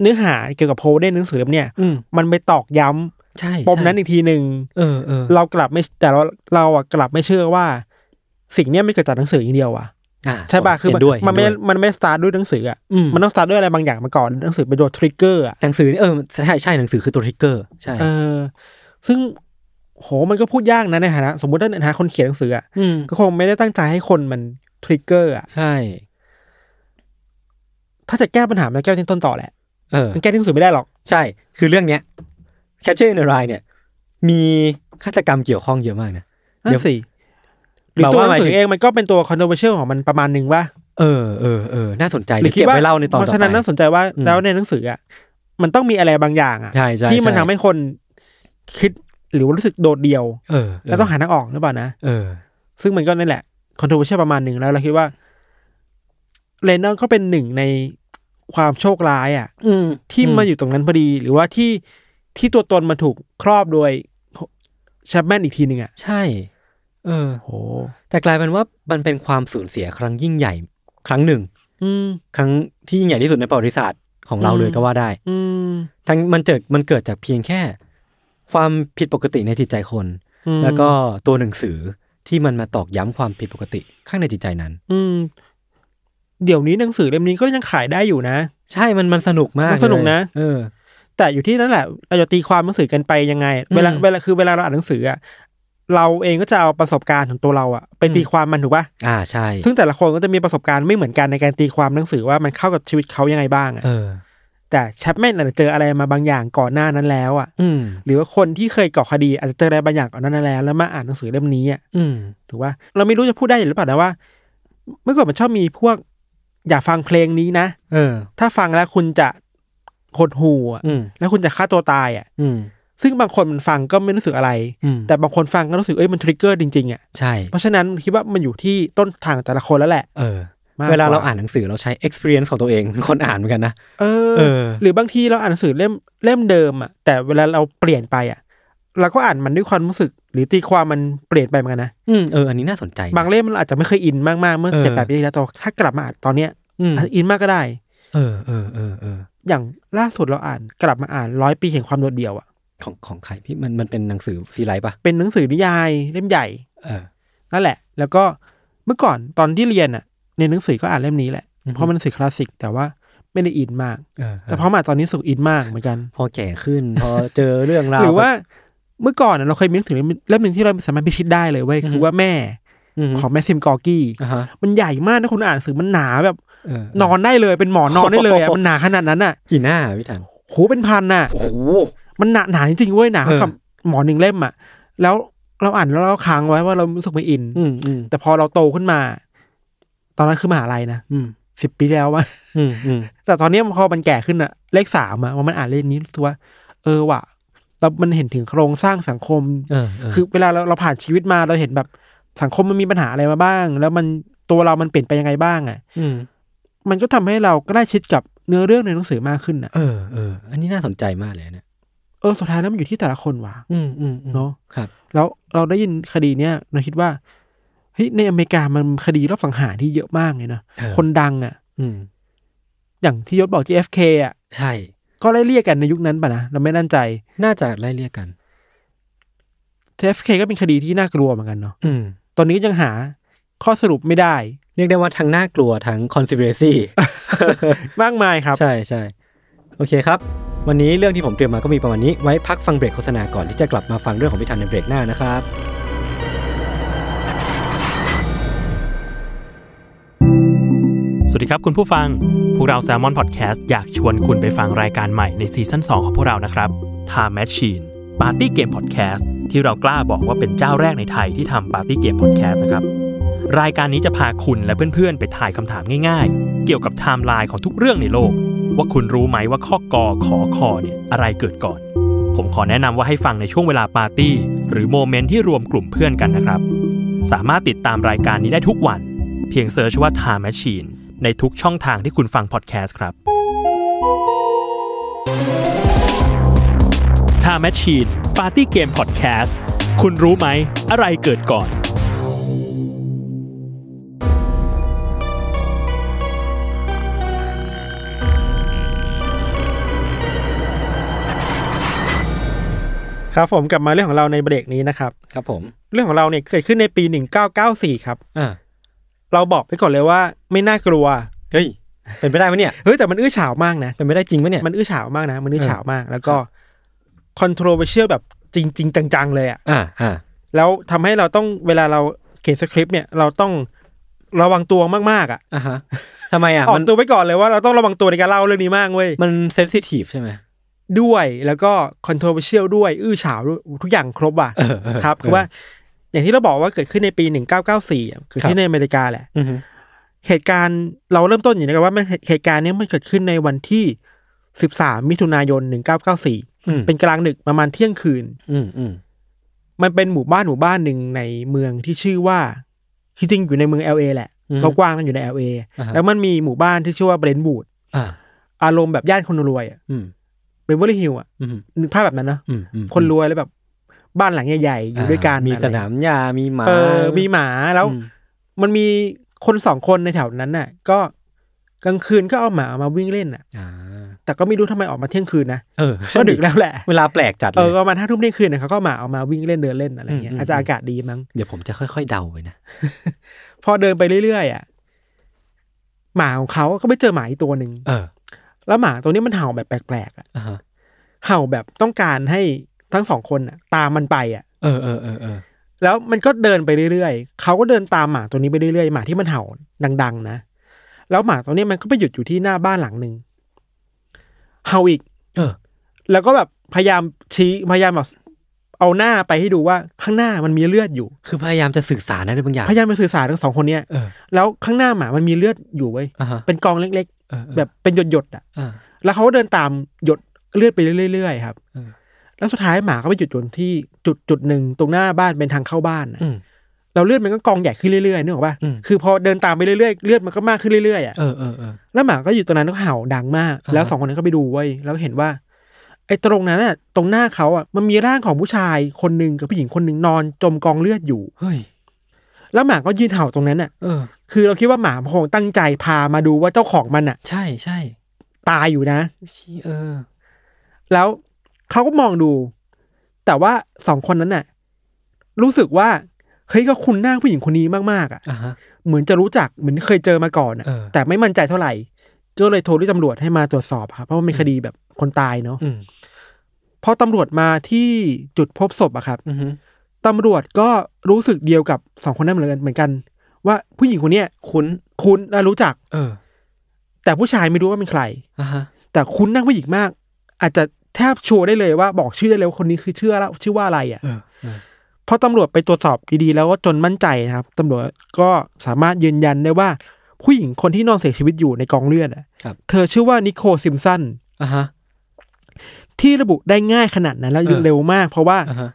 เนื้อหาเกี่ยวกับโฮเดนหนังสือเล่มเนี่ย อืม มันไปตอกย้ำ ใช่ ปมนั้น ใช่ อีกทีหนึ่ง เออเออ เรากลับไม่แต่เราเราอะกลับไม่เชื่อว่า สิ่งเนี้ยไม่เกิดจากหนังสืออย่างเดียวอะ อ่ ใช่ป่ะคือ เห็ มัน นด้วย มันไม่ เห็ด้วย มันไม่สตาร์ด้วยหนังสืออะ อืม มันต้องสตาร์ด้วยอะไรบางอย่างมาก่อนหนังสือเป็นตัวทริกเกอร์อะ หนังสือเออใช่ใช่หนังสือคือตัวทริกเกอร์ใช่ เออซึ่งโหมันก็พูดยากนะในฐานะสมมติถ้าในฐานะคนเขียนหนังสืออะ อืม ก็คงไม่ได้ตั้งใจให้คนมันทริกเกอร์อ่ะ ใช่ ถ้าจะแก้ปัญหามันแก้ที่ต้นต่อแหละ เออ มันแก้ที่หนังสือไม่ได้หรอก ใช่คือเรื่องเนี้ยแคชเชอร์ในรายเนี่ย มีฆาตกรรมเกี่ยวข้องเยอะมากนะ นั่น เดี๋ยว สิหรือ แบบ ตัว ว่า หนังหสืมายถึ อง เองมันก็เป็นตัว controversial ของมันประมาณหนึ่งว่า เออเออเออน่าสนใจเดี๋ยวเก็บไว้เล่าในตอนต่อเพราะฉะนั้น ไป น่าสนใจว่า อืม แล้วในหนังสืออ่ะมันต้องมีอะไรบางอย่างอ่ะ ใช่ใช่ ที่มัน ใช่ ทำให้คนคิดหรือว่ารู้สึกโดดเดี่ยว เออเ แล้วต้องหาทางออกหรือเปล่านะ เออ ซึ่งมันก็นั่นแหละ controversial ประมาณหนึ่งแล้วเราคิดว่าเลนนอนก็เป็นหนึ่งในความโชคร้ายอ่ะ อืม ที่ อืม มาอยู่ตรงนั้นพอดี หรือว่าที่ที่ตัวตนมาถูกครอบโดยแชปแมนอีกทีหนึ่งอ่ะ ใช่ เออ โห แต่กลายเป็นว่ามันเป็นความสูญเสียครั้งยิ่งใหญ่ ครั้งหนึ่ง อืม ครั้งที่ยิ่งใหญ่ที่สุดในประวัติศาสตร์ของเรา อืม เลยก็ว่าได้ อืม ทั้งมันเกิดมันเกิดจากเพียงแค่ ความผิดปกติในจิตใจคน อืม แล้วก็ตัวหนังสือที่มันมาตอกย้ำความผิดปกติข้างในจิตใจนั้น อืม เดี๋ยวนี้หนังสือเล่มนี้ก็ยังขายได้อยู่นะ ใช่มันมันสนุกมาก มันสนุกนะ เลยเออ แต่อยู่ที่นั่นแหละ เราจะตีความหนังสือกันไปยังไง อืม เวลาเวลาคือเวลาเราอ่านหนังสืออ่ะเราเองก็จะเอาประสบการณ์ของตัวเราอ่ะไป อืม ตีความมันถูกป่ะ อ่าใช่ ซึ่งแต่ละคนก็จะมีประสบการณ์ไม่เหมือนกันในการตีความหนังสือว่ามันเข้ากับชีวิตเขายังไงบ้างอ่ะ เออ แต่แชปแมนอาจจะเจออะไรมาบางอย่างก่อนหน้านั้นแล้วอ่ะ อืม หรือว่าคนที่เคยก่อคดีอาจจะเจออะไรบางอย่างก่อนหนานั้นแล้วแล้วมาอ่านหนังสือเล่มนี้อ่ะ อืม ถูกว่าเราไม่รู้จะพูดได้หรือเปล่านะว่า เมื่อก่อนมันชอบมีพวก อย่าฟังเพลงนี้นะ เออ ถ้าฟังแล้วคุณจะหดหูอ่ะ อืม แล้วคุณจะฆ่าตัวตายอ่ะ อืม ซึ่งบางคนมันฟังก็ไม่รู้สึกอะไร อืม แต่บางคนฟังก็รู้สึกเอ้ยมันทริกเกอร์จริงๆอ่ะ ใช่ เพราะฉะนั้นคิดว่ามันอยู่ที่ต้นทางของแต่ละคนแล้วแหละ เออ มกก เวลาเราอ่านหนังสือเราใช้ experience ของตัวเองเป็นคนอ่านเหมือนกันนะ เออ เออ หรือบางทีเราอ่านหนังสือเล่มเล่มเดิมอ่ะแต่เวลาเราเปลี่ยนไปอ่ะเราก็อ่านมันด้วยความรู้สึก หรือตีความมันเปลี่ยนไปเหมือนกันนะ อืมเอออันนี้น่าสนใจนะ บางเล่มมันอาจจะไม่เคยอินมากๆ เมื่อ เออ เจ็ดแปดปีที่แล้วแต่ถ้ากลับมาอ่านตอนเนี้ย อืม อาจจะอินมากก็ได้ เออเออเออเออ อย่างล่าสุดเราอ่านกลับมาอ่านร้อยปีแห่งความโดดเดี่ยวอ่ะ ของของใครพี่มันมันเป็นหนังสือซีไลท์ปะ เป็นหนังสือนิยายเล่มใหญ่ เออ นั่นแหละ แล้วก็เมื่อก่อนตอนที่เรียนอ่ะในหนังสือก็อ่านเล่มนี้แหละ อือฮึ เพราะมันหนังสือคลาสสิกแต่ว่าไม่ได้อินมาก เออ แต่พอมาอ่านตอนนี้รู้สุกอินมากเหมือนกัน พอแก่ขึ้น พอเจอเรื่องราว หรือว่า เมื่อก่อนน่ะเราเคยมีหนังสือเล่มเล่มหนึ่งที่เราสามารถพิชิตได้เลยเว้ย อือฮึ คือว่าแม่ อืม ของแมสซิมกอร์กี้ อ่าฮะ มันใหญ่มากนะคุณอ่านหนังสือมันหนาแบบ เออน อนได้เลยเป็นหมอนนอนได้ [laughs] เลยอ่ะมันหนาขนาดนั้นอ่ะ กี่หน้าพี่ถัง โหเป็นพันอ่ะ โอ้โห มันหนาหนาจริงๆเว้ยหนา เออ กับหมอนหนึ่งเล่มอ่ะ แล้วเราอ่านแล้วเราค้างไว้ว่าเรารู้สึกไม่อิน อืมอืม แต่พอเราโตขึ้นมา ตอนนั้นคือมหาลัยนะ อืม สิบปีที่แล้วอะ [laughs] อืมอืม แต่ตอนเนี้ยพอมันแก่ขึ้นอะเลขสามอะมันอ่านเล่มนี้รู้สึกว่า เออว่ะเรามันเห็นถึงโครงสร้างสังคม เออเออ คือเวลาเราเราผ่านชีวิตมาเราเห็นแบบสังคมมันมีปัญหาอะไรมาบ้าง แล้วมันตัวเรามันเปลี่ยนไปยังไงบ้างอะ อืม มันก็ทำให้เราก็ได้ชิดกับเนื้อเรื่องในหนังสือมากขึ้นอะ เออเออ อันนี้น่าสนใจมากเลยเนี่ย เออสุดท้ายแล้วมันอยู่ที่แต่ละคนว่ะ อืมอืมอืม เนาะ ครับ แล้วเราได้ยินคดีเนี้ยเราคิดว่าเฮ้ยในอเมริกามันคดีรอบสังหารที่เยอะมากเลยนะ เออ คนดังอะ อืม อย่างที่ยศบอก JFK อะ ใช่ ก็ได้เรียกกันในยุคนั้นป่ะนะเราไม่แน่ใจ น่าจะไล่เรียกกัน JFK ก็เป็นคดีที่น่ากลัวเหมือนกันเนาะ อืม ตอนนี้ก็ยังหาข้อสรุปไม่ได้ เรียกได้ว่าทั้งน่ากลัวทั้ง [laughs] conspiracy มากมายครับ ใช่ใช่โอเคครับ วันนี้เรื่องที่ผมเตรียมมาก็มีประมาณนี้ ไว้พักฟังเบรกโฆษณาก่อนที่จะกลับมาฟังเรื่องของพี่ธันในเบรกหน้านะครับ สวัสดีครับคุณผู้ฟัง พวกเรา s ซ l m o n Podcast อยากชวนคุณไปฟังรายการใหม่ในซีซั่น2 ของพวกเรานะครับ Time Machine Party Game Podcast ที่เรากล้าบอกว่าเป็นเจ้าแรกในไทยที่ทำ Party Game Podcast นะครับ รายการนี้จะพาคุณและเพื่อนๆ ไปถ่ายคำถามง่ายๆ เกี่ยวกับไทม์ไลน์ของทุกเรื่องในโลก ว่าคุณรู้ไหมว่าข้อกอขอคอเนี่ยอะไรเกิดก่อน ผมขอแนะนำว่าให้ฟังในช่วงเวลาปาร์ตี้ หรือโมเมนต์ที่รวมกลุ่มเพื่อนกันนะครับ สามารถติดตามรายการนี้ได้ทุกวัน เพียงเซิร์ชว่า Time Machine ในทุกช่องทางที่คุณฟังพอดแคสต์ครับ Time Machine Party Game Podcast คุณรู้ไหม อะไรเกิดก่อน ครับผมกลับมาเรื่องของเราในเบรกนี้นะครับ ครับผม เรื่องของเราเนี่ยเกิดขึ้นในปี 1994 ครับ อ่า เราบอกไปก่อนเลยว่าไม่น่ากลัว เฮ้ย เป็นไปได้ไหมเนี่ย เฮ้ยแต่มันอื้อฉาวมากนะ เป็นไปได้จริงไหมเนี่ย มันอื้อฉาวมากนะ มันอื้อฉาวมาก แล้วก็ controversial แบบจริงจริง ๆ จัง ๆ เลยอะ อ่าอ่า แล้วทำให้เราต้องเวลาเราเขียนสคริปต์เนี่ยเราต้องระวังตัวมากๆอะ อ่าฮะ [laughs] ทำไมอ่ะ ออ มั ก น ตัวไว้ก่อนเลยว่าเราต้องระวังตัวในการเล่าเรื่องนี้มากเว้ย มันเซนซิทีฟใช่ไหม ด้วยแล้วก็ controversial ด้วยอื้อฉาวด้วยทุกอย่างครบว่ะ เออเออ ครับ เออ คือว่า อย่างที่เราบอกว่าเกิดขึ้นในปี 1994อะเกิดคขึ้รั น บ ในอเมริกาแหละ อืม เหตุการณ์เราเริ่มต้นอย่างนี้กันว่ามันเหตุการณ์เนี้ยมันเกิดขึ้นในวันที่ 13 มิถุนายน 1994 อืม เป็นกลางดึกประมาณเที่ยงคืน อืมอืม มันเป็นหมู่บ้านหมู่บ้านหนึ่งในเมืองที่ชื่อว่าที่จริงอยู่ในเมือง LA แหละ อืม เขากว้างกันอยู่ใน LA อ่าฮะ แล้วมันมีหมู่บ้านที่ชื่อว่าเบรนบูด อ่า อารมณ์แบบย่านคนรวยอะ อืม เป็นวอลลีฮิลอะ อืม นึกภาพแบบนั้นเนอะ อืมอืม คนรวยแล้วแบบบ้านหลังใหญ่ๆ อยู่ด้วยกัน อ่ามี อะไร สนามหญ้ามีหมา เออมีหมาแล้ว อืม มันมีคนสองคนในแถวนั้นน่ะ ก็กลางคืนก็เอาหมามาวิ่งเล่นน่ะ อ่า แต่ก็ไม่รู้ทำไมออกมาเที่ยงคืนนะ เออ ก็ดึกแล้วแหละ เวลาแปลกจัด เอ เล อย ประมาณห้าทุ่มเที่ยงคืนเนี่ยเขาก็มาเอามาวิ่งเล่นเดินเล่นอะไรเงี้ย อืม อาจจะอากาศดีมั้ง เดี๋ยวผมจะค่อยๆเดาไปนะ พอเดินไปเรื่อยๆอ่ะหมาของเขาก็ไปเจอหมาอีกตัวหนึ่ง เออ แล้วหมาตัวนี้มันเห่าแบบแปลกๆอ่ะ อ่าฮะ เห่าแบบต้องการให้ทั้งสองคนอ่ะ ตามมันไปอ่ะ เออเออเออเออ แล้วมันก็เดินไปเรื่อยๆเขาก็เดินตามหมาตัวนี้ไปเรื่อยๆหมาที่มันเห่าดัง ๆ นะแล้วหมาตัวนี้มันก็ไปหยุดอยู่ที่หน้าบ้านหลังหนึ่งเห่าอีก เออ แล้วก็แบบพยายามชี้พยายามแบบเอาหน้าไปให้ดูว่าข้างหน้ามันมีเลือดอยู่ คือพยายามจะสื่อสารอะไรบางอย่าง พยายามไปสื่อสารทั้งสองคนเนี้ย เออ แล้วข้างหน้าหมามันมีเลือดอยู่เว้ย อ่าฮะ เป็นกองเล็ก เออเอ ๆ อ แบบเป็นหยดหยดๆอ่ะ อ่า แล้วเขาก็เดินตามหยดเลือดไปเรื่อยๆครับ เออ แล้วสุดท้ายหมาก็ไปหยุดอยู่ที่จุดจุดหนึ่งตรงหน้าบ้านเป็นทางเข้าบ้านน่ะ อืม แล้วเลือดมันก็กองใหญ่ขึ้นเรื่อยๆนึกออกป่ะ อืม คือพอเดินตามไปเรื่อยๆเลือดมันก็มากขึ้นเรื่อยๆอ่ะ เออเออเออ แล้วหมาก็อยู่ตรงนั้นแล้วก็เห่าดังมาก อ่าฮะ แล้วสองคนนั้นก็ไปดูเว้ยแล้วเห็นว่าไอ้ตรงนั้นอ่ะตรงหน้าเขาอ่ะมันมีร่างของผู้ชายคนหนึ่งกับผู้หญิงคนหนึ่งนอนจมกองเลือดอยู่ เฮ้ย แล้วหมาก็ยืนเห่าตรงนั้นอ่ะ เออ คือเราคิดว่าหมาคงตั้งใจพามาดูว่าเจ้าของมันอะ ใช่ใช่ ตายอยู่นะ ชี้เออ แล้วเขาก็มองดู แต่ว่าสองคนนั้นน่ะ รู้สึกว่าเฮ้ยก็คุณหน้าผู้หญิงคนนี้มากๆอะ อ่าฮะ เหมือนจะรู้จักเหมือนเคยเจอมาก่อนอะ เออ แต่ไม่มั่นใจเท่าไหร่ก็เลยโทรเรียกตำรวจให้มาตรวจสอบครับเพราะว่ามันเป็นคดีแบบคนตายเนาะ อืม พอตำรวจมาที่จุดพบศพอะครับ อือฮึ ตำรวจก็รู้สึกเดียวกับสองคนนั้นเหมือนกันเหมือนกัน ว่าผู้หญิงคนเนี้ย คุ้น คุ้นและรู้จัก เออ แต่ผู้ชายไม่รู้ว่าเป็นใคร อ่าฮะ แต่คุ้นหน้าผู้หญิงมาก อาจจะแทบชัวร์ได้เลยว่าบอกชื่อได้เลยว่าคนนี้คือชื่อละชื่อว่าอะไรอะ เออเออ พอตำรวจไปตรวจสอบดีๆแล้วก็จนมั่นใจนะครับตำรวจก็สามารถยืนยันได้ว่า ผู้หญิงคนที่นอนเสียชีวิตอยู่ในกองเลือดอะ ครับ เธอชื่อว่านิโคลซิมสัน อ่าฮะ ที่ระบุได้ง่ายขนาดนั้นแล้ว เออ เร็วมาก เพราะว่า อ่าฮะ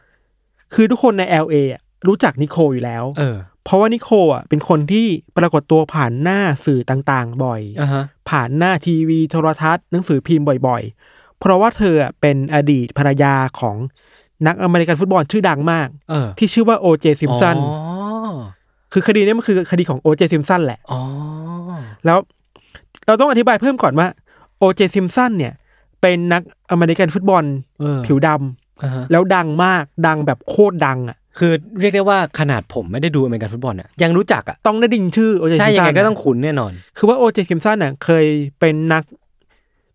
คือทุกคนใน LA อะรู้จักนิโคลอยู่แล้ว เออ เพราะว่านิโคลอ่ะเป็นคนที่ปรากฏตัวผ่านหน้าสื่อต่างๆ บ่อย อ่าฮะ ผ่านหน้าทีวีโทรทัศน์หนังสือพิมพ์บ่อยๆ เพราะว่าเธออ่ะเป็นอดีตภรรยาของนักอเมริกันฟุตบอลชื่อดังมาก เออ ที่ชื่อว่าโอเจซิมสัน อ๋อ คือคดีนี้มันคือคดีของโอเจซิมสันแหละ อ๋อ แล้วเราต้องอธิบายเพิ่มก่อนว่าโอเจซิมสันเนี่ยเป็นนักอเมริกันฟุตบอล เออ ผิวดำ อ่าฮะ แล้วดังมากดังแบบโคตรดังอ่ะ คือเรียกได้ว่าขนาดผมไม่ได้ดูอเมริกันฟุตบอลเนี่ยยังรู้จักอ่ะ ต้องได้ดินชื่อโอเจซิมสัน ใช่ยังไงก็ต้องคุ้นแน่นอน คือว่าโอเจคิมสันน่ะเคยเป็นนัก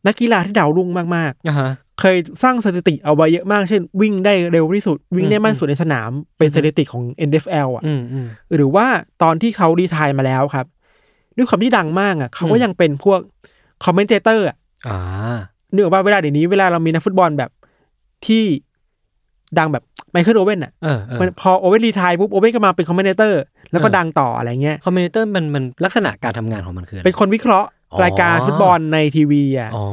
นักกีฬาที่ดาวรุ่งมาก อ่าฮะ ๆ เคยสร้างสถิติเอาไว้เยอะมาก เช่น วิ่งได้เร็วที่สุด วิ่งได้มากที่สุดในสนาม เป็นสถิติของ NFL อ่ะ อืมอืม หรือว่าตอนที่เขารีไทายมาแล้วครับ ด้วยความที่ดังมากอ่ะเขาก็ อืม ยังเป็นพวกคอมเมนเตอร์อ่ะ อ่า นึกออกว่าเวลาเดี๋ยวนี้เวลาเรามีนักฟุตบอลแบบที่ดังแบบไมเคิลโอเว่นอ่ะ เออเออ มันพอโอเว่นรีไทายปุ๊บโอเว่นก็มาเป็นคอมเมนเตอร์แล้วก็ เออ ดังต่ออะไรเงี้ย คอมเมนเตอร์มันมันลักษณะการทำงานของมันคืออะไร เป็นคนวิเคราะห์ อ๋อ รายการฟุตบอลในทีวีอ่ะ อ๋อ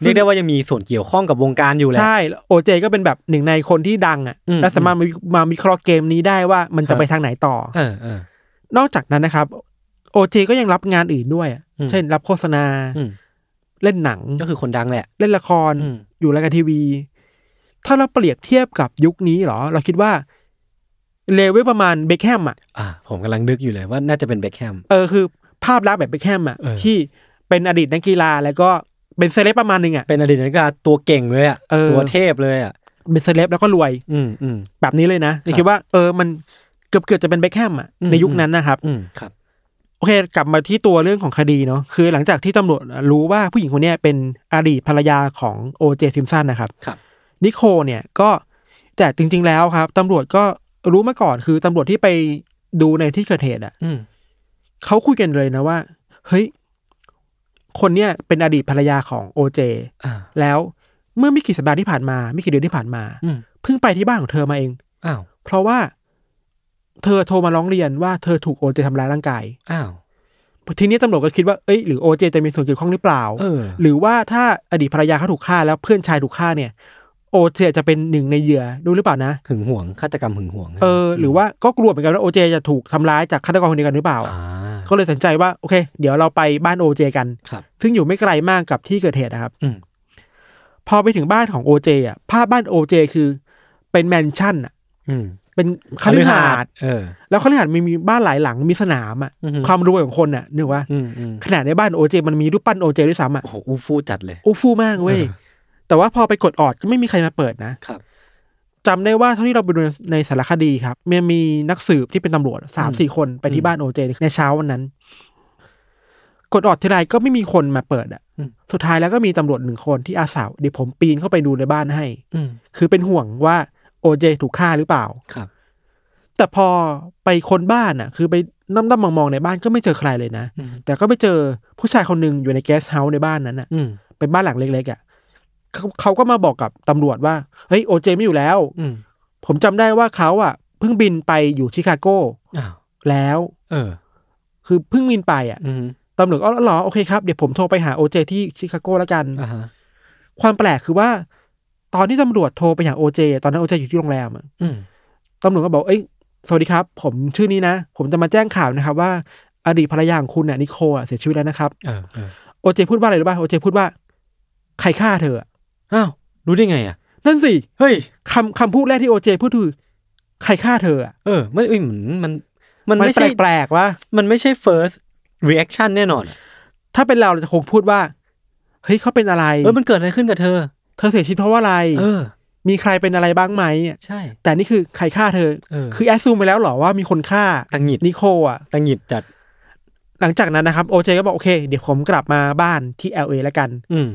เรียกได้ว่ายังมีส่วนเกี่ยวข้องกับวงการอยู่แหละ ใช่โอเจก็เป็นแบบหนึ่งในคนที่ดังอ่ะ อืม และสามารถมามาวิเคราะห์เกมนี้ได้ว่ามันจะ ฮะ ไปทางไหนต่อ เออเออ นอกจากนั้นนะครับโอเจก็ยังรับงานอื่นด้วยอะ อืม เช่น รับโฆษณา อืม เล่นหนัง ก็คือคนดังแหละ เล่นละคร อืม อยู่รายการทีวี ถ้าเราเปรียบเทียบกับยุคนี้เหรอ เราคิดว่าเลเวลประมาณเบคแฮมอ่ะ อ่า ผมกำลังนึกอยู่เลยว่าน่าจะเป็นเบคแฮม เออคือภาพลักษณ์แบบเบคแฮมอ่ะ เออ ที่เป็นอดีตนักกีฬาแล้วก็เป็นเซเลบประมาณหนึ่งอ่ะ เป็นอดีตนักกีฬาตัวเก่งเลยอ่ะ เออ ตัวเทพเลยอ่ะ เป็นเซเลบแล้วก็รวย อืมอืม แบบนี้เลยนะเราคิดว่าเออมันเกือบเกือบจะเป็นเบคแฮมอ่ะ อืม ในยุคนั้นนะครับ อืมครับ โอเค กลับมาที่ตัวเรื่องของคดีเนาะคือหลังจากที่ตำรวจรู้ว่าผู้หญิงคนเนี้ยเป็นอดีตภรรยาของโอเจซิมสันนะครับ ครับ นิโคลเนี่ยก็แต่จริง ๆ แล้วครับตำรวจก็รู้มาก่อนคือตำรวจที่ไปดูในที่เกิดเหตุอ่ะ อืม เขาคุยกันเลยนะว่า เฮ้ย คนเนี้ยเป็นอดีตภรรยาของโอเจ อ่า แล้วเมื่อไม่กี่สัปดาห์ที่ผ่านมาไม่กี่เดือนที่ผ่านมา อืม เพิ่งไปที่บ้านของเธอมาเอง อ้าว เพราะว่า เธอโทรมาร้องเรียนว่าเธอถูกโอเจทำร้ายร่างกาย อ้าว ทีนี้ตำรวจก็คิดว่า เอ้ย หรือโอเจจะมีส่วนเกี่ยวข้องหรือเปล่า เออ หรือว่าถ้าอดีตภรรยาเขาถูกฆ่าแล้วเพื่อนชายถูกฆ่าเนี่ย โอเจจะเป็นหนึ่งในเหยื่อด้วยหรือเปล่านะ หึงหวงฆาตกรรมหึงหวง เออ หรือว่าก็กลัวเหมือนกันว่าโอเจจะถูกทำร้ายจากฆาตกรคนเดียวกันหรือเปล่า อ่า ก็เลยตัดสินใจว่า โอเค เดี๋ยวเราไปบ้านโอเจกัน ครับ ซึ่งอยู่ไม่ไกลมากกับที่เกิดเหตุนะครับ อืม พอไปถึงบ้านของโอเจอ่ะ ภาพบ้านโอเจคือ เป็นแมนชั่นอ่ะ อืม เป็นคฤหาสน์ เออ แล้วคฤหาสน์มันมีบ้านหลายหลัง มีสนามอ่ะ อือฮึ ความรวยของคนอ่ะนึกว่า อืมอืม ขนาดในบ้านโอเจมันมีรูปปั้นโอเจด้วยซ้ำอ่ะ โอ้โหอู้ฟู่จัดเลย อู้ฟู่มากเว้ย เออ แต่ว่าพอไปกดออดก็ไม่มีใครมาเปิดนะครับ จำได้ว่าเท่าที่เราไปดูในสารคดีครับมันมีนักสืบที่เป็นตำรวจสามสี่คนไป อื ที่ ม บ้านโอเจในเช้าวันนั้น กดออดทีไรก็ไม่มีคนมาเปิดอ่ะ อืม สุดท้ายแล้วก็มีตำรวจหนึ่งคนที่อาสาเดี๋ยวผมปีนเข้าไปดูในบ้านให้ อืม คือเป็นห่วงว่าโอเจถูกฆ่าหรือเปล่า ครับ แต่พอไปคนบ้านอ่ะ คือไปนั่มๆมองๆในบ้านก็ไม่เจอใครเลยนะ อืม แต่ก็ไปเจอผู้ชายคนหนึ่งอยู่ในแกสเฮาส์ในบ้านนั้นอ่ะ อืม เป็นบ้านหลังเล็กๆอ่ะเขาเขาก็มาบอกกับตำรวจว่า เฮ้ยโอเจไม่อยู่แล้ว อืม ผมจำได้ว่าเขาอ่ะเพิ่งบินไปอยู่ชิคาโก อ้าว แล้ว เออ คือเพิ่งบินไปอ่ะ อืม ตำรวจก็อ๋อเหรอโอเคครับ เดี๋ยวผมโทรไปหาโอเจที่ชิคาโกแล้วกัน อ่าฮะ ความแปลกคือว่า ตอนที่ตำรวจโทรไปหาโอเจตอนนั้นโอเจอยู่ที่โรงแรมอะ อืม ตำรวจก็บอก เอ้ยสวัสดีครับ ผมชื่อนี้นะ ผมจะมาแจ้งข่าวนะครับว่าอดีตภรรยาของคุณน่ะนิโคลอะเสียชีวิตแล้วนะครับ เออเออ โอเจพูดว่าอะไรรู้ป่ะโอเจพูดว่า ใครฆ่าเธออะ อ้าวรู้ได้ไงอ่ะ นั่นสิ เฮ้ย คำคำพูดแรกที่โอเจพูดคือใครฆ่าเธออะ เออไม่เอ้ยมันมันมัน มัน ไม่ แปล ใช่ กแปลกๆว่า มันไม่ใช่ first reaction แน่นอนอะ ถ้าเป็นเราเราจะคงพูดว่า เฮ้ยเขาเป็นอะไร เออมันเกิดอะไรขึ้นกับเธอ เธอเสียชีวิตเพราะว่าอะไร เออ มีใครเป็นอะไรบ้างไหมอะ ใช่ แต่นี่คือใครฆ่าเธอ เออ คือแอสซูมไปแล้วเหรอว่ามีคนฆ่า ตังหงิด นิโคอ่ะ ตังหงิดจัด หลังจากนั้นนะครับโอเจก็บอกโอเค เดี๋ยวผมกลับมาบ้านที่ LA แล้วกัน อืม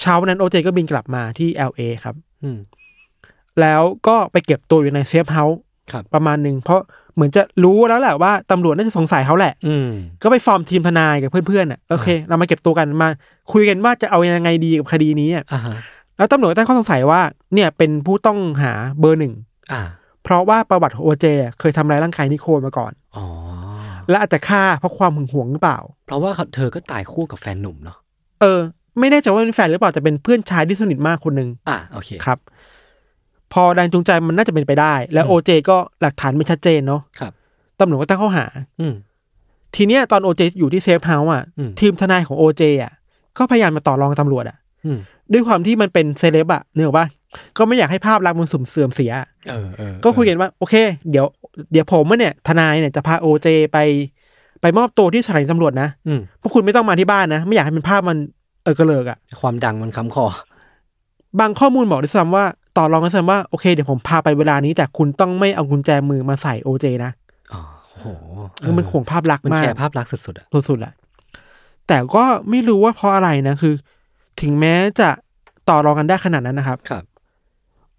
เช้าวันนั้นโอเจก็บินกลับมาที่ LA ครับ อืม แล้วก็ไปเก็บตัวอยู่ในเซฟเฮาส์ ครับ ประมาณหนึ่งเพราะเหมือนจะรู้แล้วแหละว่าตำรวจน่าจะสงสัยเขาแหละ อืม ก็ไปฟอร์มทีมทนายกับเพื่อนๆอ่ะโอเค เรามาเก็บตัวกันมาคุยกันว่าจะเอายังไงดีกับคดีนี้อะ อ่าฮะ แล้วตำรวจก็ตั้งข้อสงสัยว่าเนี่ยเป็นผู้ต้องหาเบอร์หนึ่ง อ่า เพราะว่าประวัติของโอเจอะเคยทำร้ายร่างกายนิโคลมาก่อน อ๋อ และอาจจะฆ่าเพราะความหึงหวงหรือเปล่า เพราะว่าเธอก็ตายคู่กับแฟนหนุ่มเนาะ เออ ไม่แน่ใจว่าเป็นแฟนหรือเปล่าแต่เป็นเพื่อนชายที่สนิทมากคนหนึ่ง อ่า โอเค ครับ พอแรงจูงใจมันน่าจะเป็นไปได้ แล้วโอเจก็หลักฐานไม่ชัดเจนเนาะ ครับ ตำรวจก็ตั้งข้อหา อืม ทีเนี้ยตอนโอเจอยู่ที่เซฟเฮาส์อ่ะ อืม ทีมทนายของโอเจอ่ะก็พยายามมาต่อรองตำรวจอ่ะ อืม ด้วยความที่มันเป็นเซเลบอะเนกอะป่ะก็ไม่อยากให้ภาพลักษณ์มันสุ่มเสื่อมเสีย เออเออ ก็คุยกันว่า โอเค เดี๋ยว เดี๋ยวผมเนี่ย ทนายเนี่ยจะพาโอเจไป ไปมอบตัวที่สถานีตำรวจนะ อืม พวกคุณไม่ต้องมาที่บ้านนะ ไม่อยากให้เป็นภาพมันเออกระเลิกอะ ความดังมันค้ำคอ บางข้อมูลบอกด้วยซ้ำว่าต่อรองกันซ้ำว่าโอเคเดี๋ยวผมพาไปเวลานี้แต่คุณต้องไม่เอากุญแจมือมาใส่โอเจนะ อ๋อโอ้โหเอ คือ อ มันห่วงภาพลักษณ์ มัน มา แช ก ร์ภาพลักษณ์สุดๆอ่ะ สุดๆแหละแต่ก็ไม่รู้ว่าเพราะอะไรนะคือ ถึงแม้จะต่อรองกันได้ขนาดนั้นนะครับ ครับ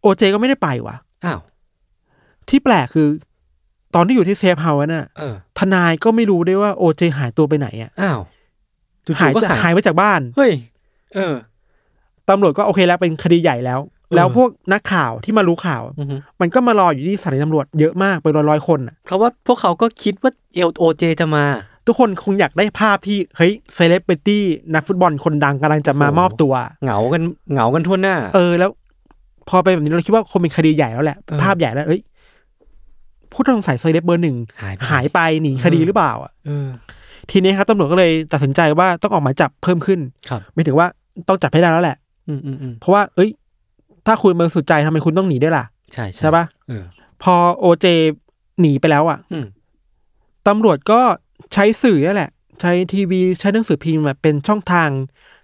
โอเจก็ไม่ได้ไปว่ะ อ้าว ที่แปลกคือ ตอนที่อยู่ที่เซฟเฮาส์น่ะ เออ ทนายก็ไม่รู้ด้วยว่าโอเจหายตัวไปไหนอ่ะ อ้าวจู่ หาย ๆก็ จะ หา หาย ย ไปจากบ้าน เฮ้ย เออ ตำรวจก็โอเคแล้วเป็นคดีใหญ่แล้ว แล้วพวกนักข่าวที่มารู้ข่าว อือฮึ มันก็มารออยู่ที่สถานีตำรวจเยอะมากเป็นร้อยร้อยๆคนน่ะ เพราะว่าพวกเขาก็คิดว่าเอลโอเจจะมา ทุกคนคงอยากได้ภาพที่เฮ้ยเซเลบริตี้นักฟุตบอลคนดังกำลังจะมา โอ้โห มอบตัว เหงากันเหงากันทั่วหน้า เออแล้ว พอไปนแบบนี้เราคิดว่าคงเป็นคดีใหญ่แล้วแหละ เออ ภาพใหญ่แล้วเอ้ยผู้ต้องสงสัยเซเลบเบอร์หนึ่ง หายไป หายไปหนีคดีหรือเปล่าอ่ะ เออ ทีนี้ครับตำรวจก็เลยตัดสินใจว่าต้องออกหมายจับเพิ่มขึ้น ครับ ไม่ถึงว่าต้องจับให้ได้แล้วแหละ อืมอืมอืม เพราะว่า เอ้ย ถ้าคุณบริสุทธิ์ใจทำไมคุณต้องหนีด้วยล่ะ ใช่ ใช่ปะ เออ พอโอเจหนีไปแล้วอ่ะ อืม ตำรวจก็ใช้สื่อนี่แหละ ใช้ทีวีใช้หนังสือพิมพ์อะเป็นช่องทาง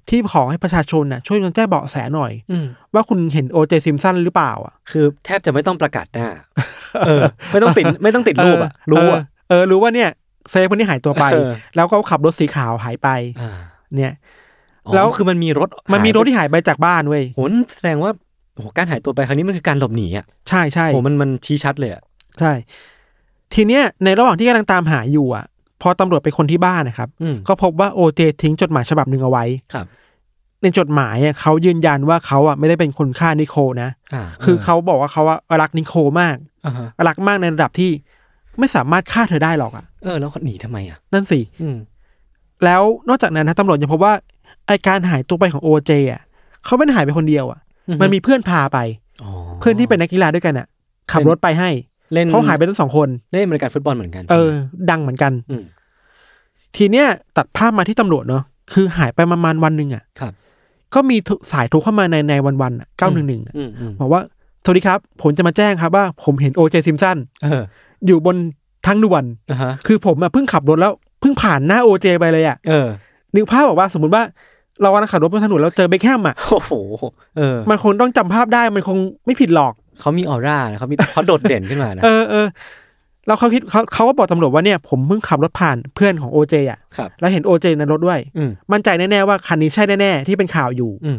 ที่ขอให้ประชาชนน่ะช่วยกันแจ้งเบาะแสหน่อย อืม ว่าคุณเห็นโอเจซิมสันหรือเปล่าอ่ะ คือแทบจะไม่ต้องประกาศหน้า เออ ไม่ต้องติ [laughs] ดไม่ต้องติดรูปอ่ะ รู้อ่ะ เเออ รู้ว่าเนี่ยเซฟคนนี้หายตัวไป เออ แล้วก็ขับรถสีขาวหายไป อ่า เนี่ย แล้ แล้ว วคือมันมีรถ มันมีรถ หายไป ที่หายไปจากบ้านเว้ย โหนแสดงว่าโหการหายตัวไปครั้งนี้มันคือการหลบหนีอ่ะ ใช่ใช่ โหมันมันชี้ชัดเลยอ่ะ ใช่ ทีเนี้ยในระหว่างที่กำลังตามหาอยู่อ่ะ พอตำรวจไปคนที่บ้านนะครับ อืม ก็พบว่าโอเจทิ้งจดหมายฉบับหนึ่งเอาไว้ ครับ ในจดหมายอ่ะเขายืนยันว่าเขาอ่ะไม่ได้เป็นคนฆ่านิโคลนะ อ่า คือเขาบอกว่าเขาอ่ะรักนิโคลมาก อ่าฮะ รักมากในระดับที่ไม่สามารถฆ่าเธอได้หรอกอ่ะ เออ แล้วเขาหนีทำไมอ่ะ นั่นสิ อืม แล้วนอกจากนั้นนะตำรวจยังพบว่าไอการหายตัวไปของโอเจอ่ะเขาไม่ได้หายไปคนเดียวอ่ะ อือฮึ มันมีเพื่อนพาไป อ๋อ เพื่อนที่เป็นนักกีฬาด้วยกันอ่ะ ขับรถไปให้ เล่น เขาหายไปทั้งสองคน เล่นบริการฟุตบอลเหมือนกัน เอ ใช่ไห อ ม ดังเหมือนกัน อืม ทีเนี้ยตัดภาพมาที่ตำรวจเนาะคือหายไปประมาณวันหนึ่งอะ่ะ ครับ ก็มีสายโทรเข้ามาในในวันวันเก้าหนึ่งหนึ่ง อืมอืม บอกว่าสวัสดีครับ ผมจะมาแจ้งครับว่าผมเห็นโอเจซิมสัน เออ อยู่บนทางด่วน อ่าฮะ คือผมอะ่ะเพิ่งขับรถแล้วเพิ่งผ่านหน้าโอเจไปเลยอะ่ะ เออ นึกภาพบอกว่าสมมติว่าเราวันขับรถบนถนนแล้วเจอเบคแฮมอะ่ะ โอ้โห เออ มันคงต้องจำภาพได้มันคงไม่ผิดหรอก เขามีออร่านะเขามีเขาโดดเด่นขึ้นมานะ เออเออแล้วเขาคิดเขาเขาก็บอกตำรวจว่าเนี่ยผมเพิ่งขับรถผ่านเพื่อนของโอเจอ่ะ ครับ แล้วเห็นโอเจในรถด้วย อืม มั่นใจแน่ๆว่าคันนี้ใช่แน่ๆที่เป็นข่าวอยู่ อืม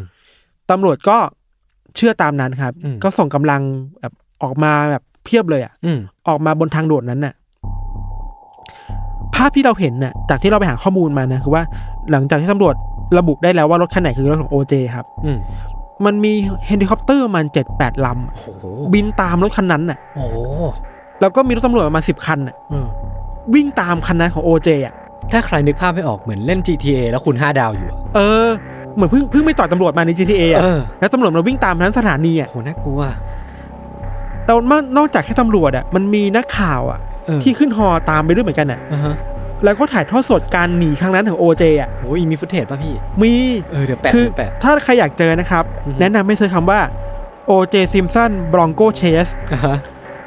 ตำรวจก็เชื่อตามนั้นครับ อืม ก็ส่งกำลังแบบออกมาแบบเพียบเลยอะ อืม ออกมาบนทางด่วนนั้นน่ะ ภาพที่เราเห็นน่ะ จากที่เราไปหาข้อมูลมานะคือว่าหลังจากที่ตำรวจระบุได้แล้วว่ารถคันไหนคือรถของโอเจครับ อืม มันมีเฮลิคอปเตอร์ประมันเจ็ดแปดลำอะ โอ้โห บินตามรถคันนั้นน่ะ โอ้โห แล้วก็มีรถตำรวจประมาณสิบคันน่ะ เออ วิ่งตามคันนั้นของโอเจอ่ะ ถ้าใครนึกภาพไม่ออกเหมือนเล่น GTA แล้วคุณ5ดาวอยู่อะ เออ เหมือนเพิ่งเพิ่งไปต่อยตำรวจมาใน GTA อ่ะ เออ แล้วตำรวจมาวิ่งตามทั้งสถานีอ่ะ โหน่ากลัว เรานอกจากแค่ตำรวจอ่ะ มันมีนักข่าวอ่ะ เออ ที่ขึ้นฮอตามไปด้วยเหมือนกันอ่ะ อ่าฮะ แล้วก็ถ่ายทอดสดการหนีครั้งนั้นของโอเจอ่ะ โอ้ยมีฟุตเทจป่ะพี่ มี เออ เดี๋ยวแปะ คือ เดี๋ยวแปะ ถ้าใครอยากเจอนะครับ อือฮึ แนะนำให้เซิร์ชคำว่าโอเจซิมสันบรองโกเชส อ่าฮะ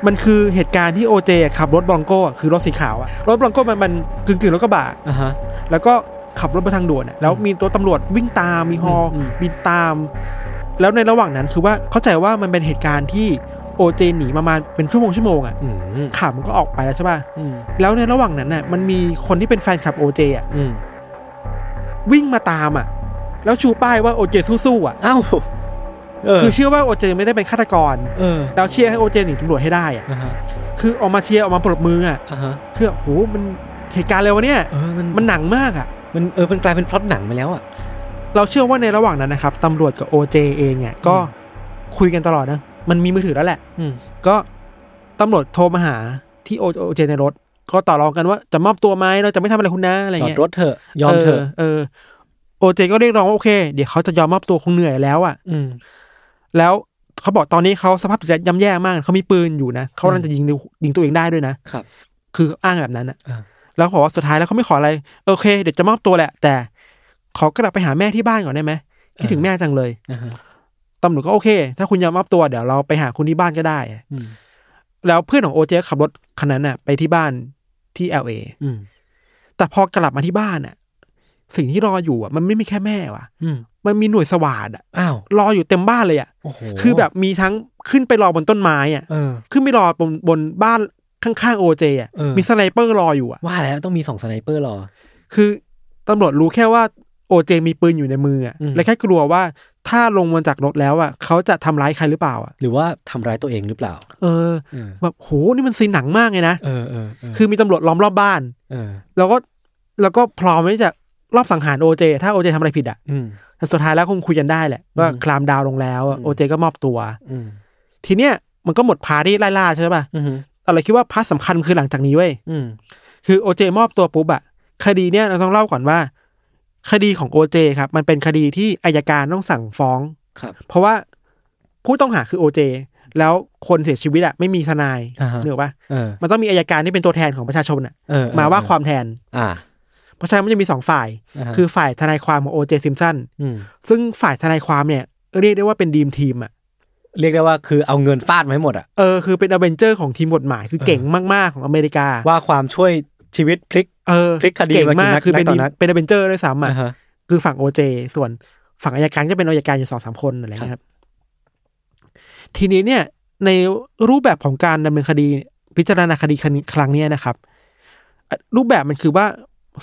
มันคือเหตุการณ์ที่โอเจขับรถบรองโกคือรถสีขาวอ่ะ รถบรองโกมันมันกึ่งกึ่งๆรถกระบะ อ่าฮะ แล้วก็ขับรถไปทางด่วนอ่ะแล้วมีตัวตำรวจวิ่งตามมีฮออ ม บินตาม แล้วในระหว่างนั้นคือว่าเข้าใจว่ามันเป็นเหตุการณ์ที่โอเจหนีประมาณเป็นชั่วโมงชั่วโมงอ่ะ อืม ข่าวมันก็ออกไปแล้วใช่ป่ะ อืม แล้วในระหว่างนั้นน่ะ มันมีคนที่เป็นแฟนคลับโอเจอ่ะ อืม วิ่งมาตามอ่ะ แล้วชูป้ายว่าโอเจสู้ๆอ่ะ เอ้า เออ คือเชื่อว่าโอเจนไม่ได้เป็นฆาตกร เออ แล้วเชียร์ให้โอเจนหนีตำรวจให้ได้อะ อ่าฮะ คือออกมาเชียร์ออกมาปรบมืออะ อ่าฮะ คือโหมันเหตุการณ์เลยวะเนี่ย เออมัน มันหนังมากอะ มันเออมันกลายเป็นพล็อตหนังไปแล้วอ่ะ เราเชื่อว่าในระหว่างนั้นนะครับตำรวจกับโอเจเองเนี่ยก็ อืม คุยกันตลอดนะ มันมีมือถือแล้วแหละ อืม ก็ตำรวจโทรมาหาที่โอโอเจในรถ ก็ต่อรองกันว่าจะมอบตัวไหมเราจะไม่ทำอะไรคุณนะอะไร จอด เงี้ย รถเถอะยอมเถอะ เออโอเจก็เรียกร้องว่าโอเค เดี๋ยวเขาจะยอมมอบตัวคงเหนื่อยแล้วอะ อืม แล้วเขาบอกตอนนี้เขาสภาพจิตใจย่ำแย่มากเขามีปืนอยู่นะเขากำลังจะยิงยิงตัวเองได้ด้วยนะ ครับ คืออ้างแบบนั้นอะ อ่า แล้วบอกว่าสุดท้ายแล้วเขาไม่ขออะไร โอเค เดี๋ยวจะมอบตัวแหละ แต่ขอกลับไปหาแม่ที่บ้านก่อนได้ไหมคิดถึงแม่จังเลย อ่าฮะ ตำรวจก็โอเค ถ้าคุณยอมมอบตัวเดี๋ยวเราไปหาคุณที่บ้านก็ได้ อืม แล้วเพื่อนของโอเจขับรถคันนั้นน่ะ ไปที่บ้านที่เอลเอ อืม แต่พอกลับมาที่บ้านน่ะ สิ่งที่รออยู่อ่ะมันไม่มีแค่แม่ว่ะ อืม มันมีหน่วยสวาดอ่ะ อ้าว รออยู่เต็มบ้านเลยอ่ะ โอ้โห คือแบบมีทั้งขึ้นไปรอบนต้นไม้อ่ะ เออ ขึ้นไปรอบนบนบ้านข้างๆโอเจอ่ะ เออ มีสไนเปอร์รออยู่อ่ะ ว่าแล้วต้องมีสองสไนเปอร์รอ คือตำรวจรู้แค่ว่าโอเจมีปืนอยู่ในมืออ่ะ อืม และแค่กลัวว่าถ้าลงมาจากรถแล้วอ่ะเขาจะทำร้ายใครหรือเปล่าอ่ะ หรือว่าทำร้ายตัวเองหรือเปล่า เออ เออ แบบโหนี่มันซีนหนังมากเลยนะ เออเออเ คือมีตำรวจล้อมรอบบ้าน เออ แล้วก็แล้วก็พร้อมที่จะรอบสังหารโอเจ ถ้าโอเจทำอะไรผิดอ่ะ อืม แต่สุดท้ายแล้วคงคุยกันได้แหละ ว่า อืม คลามดาวน์ลงแล้ว อืม โอเจก็มอบตัว อืม ทีเนี้ยมันก็หมดพาร์ทที่ไล่ล่าใช่ป่ะ อืม แต่เราคิดว่าพาร์ทสำคัญคือหลังจากนี้เว้ย อืม คือโอเจมอบตัวปุ๊บอ่ะคดีเนี้ยเราต้องเล่าก่อนว่า คดีของโอเจครับ มันเป็นคดีที่อายการต้องสั่งฟ้อง ครับ เพราะว่าผู้ต้องหาคือโอเจ แล้วคนเสียชีวิตอ่ะไม่มีทนาย อ่าฮะ เนกออกป่ะ เออ มันต้องมีอายการที่เป็นตัวแทนของประชาชนอ่ะ เออ มาว่าความแทน อ่า เพราะฉะนั้นมันจะมีสองฝ่าย าฮะ คือฝ่ายทนายความของโอเจซิมสัน อืม ซึ่งฝ่ายทนายความเนี่ย เรียกได้ว่าเป็นดีมทีมอ่ะ เรียกได้ว่าคือเอาเงินฟาดมาให้หมดอ่ะ เออคือเป็นอเวนเจอร์ของทีมกฎหมายคือ เออ เก่งมาก ๆ ของอเมริกา ว่าความช่วยชีวิตพลิก เออ พลิกคดี เก่ง มากี่ มาก นัด คือเป็น นัดต่อ ดีม นัด เป็นอเวนเจอร์ด้วยซ้ำ อ่า อ่ะ ฮะ คือฝั่งโอเจส่วนฝั่งอายการก็เป็นอายการอยู่สองสามคนอะไรเงี้ยครับทีนี้เนี่ย ในรูปแบบของการดำเนินคดีพิจารณาคดีครั้งเนี้ยนะครับอ่ะรูปแบบมันคือว่า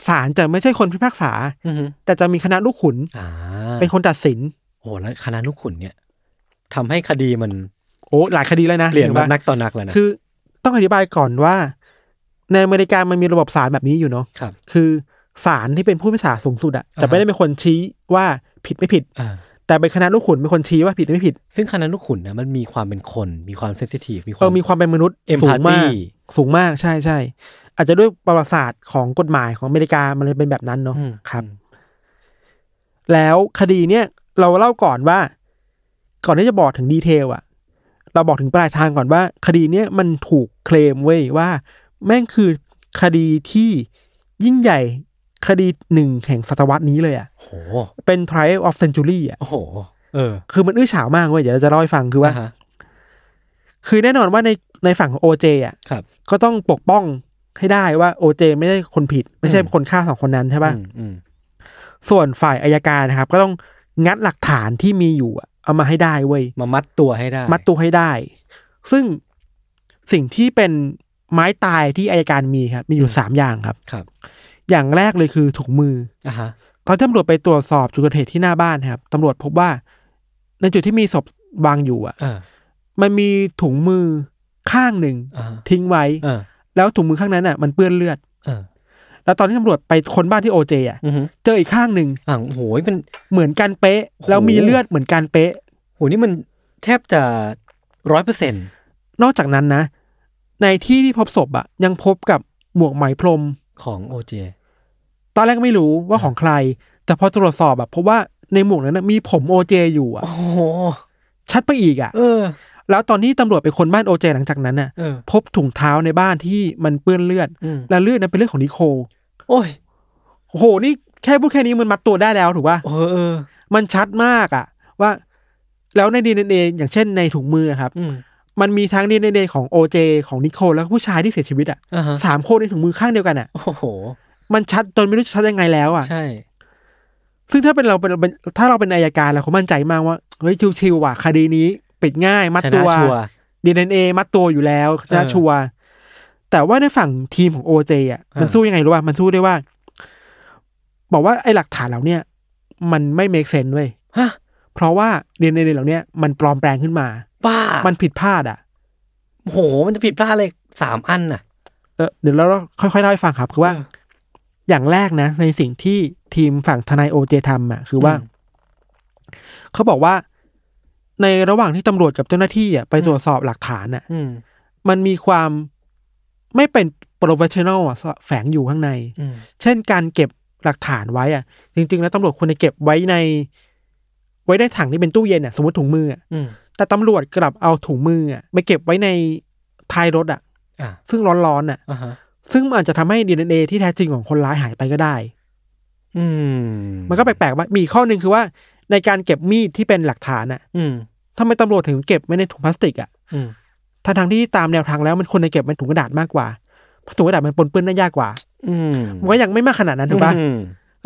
ศาลจะไม่ใช่คนพิพากษา อือฮึ แต่จะมีคณะลูกขุน อ่า เป็นคนตัดสิน โอ้แล้วคณะลูกขุนเนี่ยทำให้คดีมัน โอ้หลายคดีแล้วนะ เปลี่ยน ห็ มา ปะ นักต่อนักแล้วนะ คือต้องอธิบายก่อนว่า ในอเมริกามันมีระบบศาลแบบนี้อยู่เนาะ ครับ คือศาลที่เป็นผู้พิพากษาสูงสุดอะ อ่าฮะ จะไม่ได้เป็นคนชี้ว่าผิดไม่ผิด อ่า แต่เป็นคณะลูกขุนเป็นคนชี้ว่าผิดหรือไม่ผิด ซึ่งคณะลูกขุนนะมันมีความเป็นคนมีความเซนซิทีฟมีค เอ วาม อมีความเป็นมนุษย์ Empathy สูงมากสูงมากใช่ใช่อาจจะด้วยประวัติศาสตร์ของกฎหมายของอเมริกามันเลยเป็นแบบนั้นเนาะ อืม ครับ แล้วคดีเนี่ยเราเล่าก่อนว่า ก่อนที่จะบอกถึงดีเทลอะเราบอกถึงปลายทางก่อนว่า คดีเนี่ยมันถูกเคลมเว้ยว่า แม่งคือคดีที่ยิ่งใหญ่คดีหนึ่งแห่งศตวรรษนี้เลยอะ โอ้โห เป็น trial of century อะ โอ้โห เออ คือมันอื้อฉาวมากเว้ยเดี๋ยวเราจะเล่าให้ฟังคือว่า อ่ฮะ คือแน่นอนว่าในในฝั่งของโอเจอะ ครับ ก็ต้องปกป้องให้ได้ว่าโอเจไม่ใช่คนผิด ไม่ใช่คนฆ่าสองคนนั้นใช่ปะ อืมอืม ส่วนฝ่ายอายการนะครับ ก็ต้องงัดหลักฐานที่มีอยู่อะเอามาให้ได้เว้ย มามัดตัวให้ได้ มัดตัวให้ได้ ซึ่งสิ่งที่เป็นไม้ตายที่อายการมีครับ มีอยู่สามอย่างครับ ครับ อย่างแรกเลยคือถุงมือ อ่าฮะ ตอนที่ตำรวจไปตรวจสอบจุดเกิดเหตุที่หน้าบ้านครับตำรวจพบว่า ในจุดที่มีศพวางอยู่อะ เออ มันมีถุงมือข้างหนึ่ง อ่าฮะ ทิ้งไว้ เออ แล้วถุงมือข้างนั้นอ่ะมันเปื้อนเลือด เออ แล้วตอนที่ตำรวจไปค้นบ้านที่โอเจอ่ะ อือฮึ เจออีกข้างหนึ่ง อ่าโอ้โหมัน เหมือนกันเป๊ะ แล้วมีเลือดเหมือนกันเป๊ะ โหนี่มันแทบจะร้อยเปอร์เซ็นต์ นอกจากนั้นนะ ในที่ที่พบศพอะยังพบกับหมวกไหมพรม ของโอเจ ตอนแรกไม่รู้ว่าของใคร แต่พอตรวจสอบแบบพบว่าในหมวกนั้นนะมีผมโอเจอยู่อะ โอ้โห ชัดไปอีกอะ เออ แล้วตอนนี้ตำรวจไปคนบ้านโอเจหลังจากนั้นน่ะ เออ พบถุงเท้าในบ้านที่มันเปื้อนเลือด อืม และเลือดนั้นเป็นเลือดของนิโคล โอ้ย โอ้โห นี่แค่พูดแค่นี้มันมัดตัวได้แล้วถูกป่ะ เออเออ มันชัดมากอะว่า แล้วในดีเอ็นเออย่างเช่นในถุงมืออะครับ อืม มันมีทั้งดีเอ็นเอของโอเจของนิโคลแล้วก็ผู้ชายที่เสียชีวิตอะ อ่าฮะ สามคนในถุงมือข้างเดียวกันอะ โอ้โห มันชัดจนไม่รู้จะชัดยังไงแล้วอ่ะ ใช่ ซึ่งถ้าเป็นเราเป็นเป็นถ้าเราเป็นอายการเราคงมั่นใจมากว่า เฮ้ยชิวๆว่ะคดีนี้ ปิดง่าย มัดตัว ชนะชัวร์ ดีเอ็นเอมัดตัวอยู่แล้วชนะชัวร์แต่ว่าในฝั่งทีมของโอเจอ่ะ อ่ามั มันสู้ยังไงรู้ป่ะ มันสู้ได้วยว่า บอกว่าไอ้หลักฐานเราเนี่ย มันไม่เม e เซนเว้ย ฮะ พ เพราะว่าเดนเนเหล่าเนี้ยมันปลอมแปลงขึ้นมา บ้า มั มัน ผิดพลาดอ่ะ โหมันจะผิดพลาดเลยสามอันน่ะ เออเดี๋ยวเราค่อยๆเล่าให้ฟังครับคือว่า เออ อย่างแรกนะ ในสิ่งที่ทีมฝั่งทนายโอเจทำอ่ะคือว่า อืม เขาบอกว่า ในระหว่างที่ตำรวจกับเจ้าหน้าที่อ่ะไปตรวจสอบหลักฐานอ่ะ อืม มันมีความไม่เป็นโปรเฟชชั่นอลอะแฝงอยู่ข้างใน อืม เช่นการเก็บหลักฐานไว้อ่ะ จริง ๆ แล้วตำรวจควรจะเก็บไว้ใน ไว้ในถังที่เป็นตู้เย็นอ่ะสมมติถุงมืออะ อืม แต่ตำรวจกลับเอาถุงมืออ่ะไปเก็บไว้ในท้ายรถอ่ะ อ่ะ ซึ่งร้อนๆอ่ะ อ่าฮะ ซึ่งมันอาจจะทำให้ดีเอ็นเอที่แท้จริงของคนร้ายหายไปก็ได้ อืม มันก็แปลกๆว่ามีข้อหนึ่งคือว่า ในการเก็บมีดที่เป็นหลักฐานอ่ะ อืม ทำไมตำรวจถึงเก็บไว้ในถุงพลาสติกอ่ะ อืม ทั้งทที่ตามแนวทางแล้วมันควรจะเก็บไว้ในถุงกระดาษมากกว่าเพราะถุงกระดาษมันปนเปื้อนได้ยากกว่า อืม มันก็ยังไม่มากขนาดนั้นถูกป่ะ อืม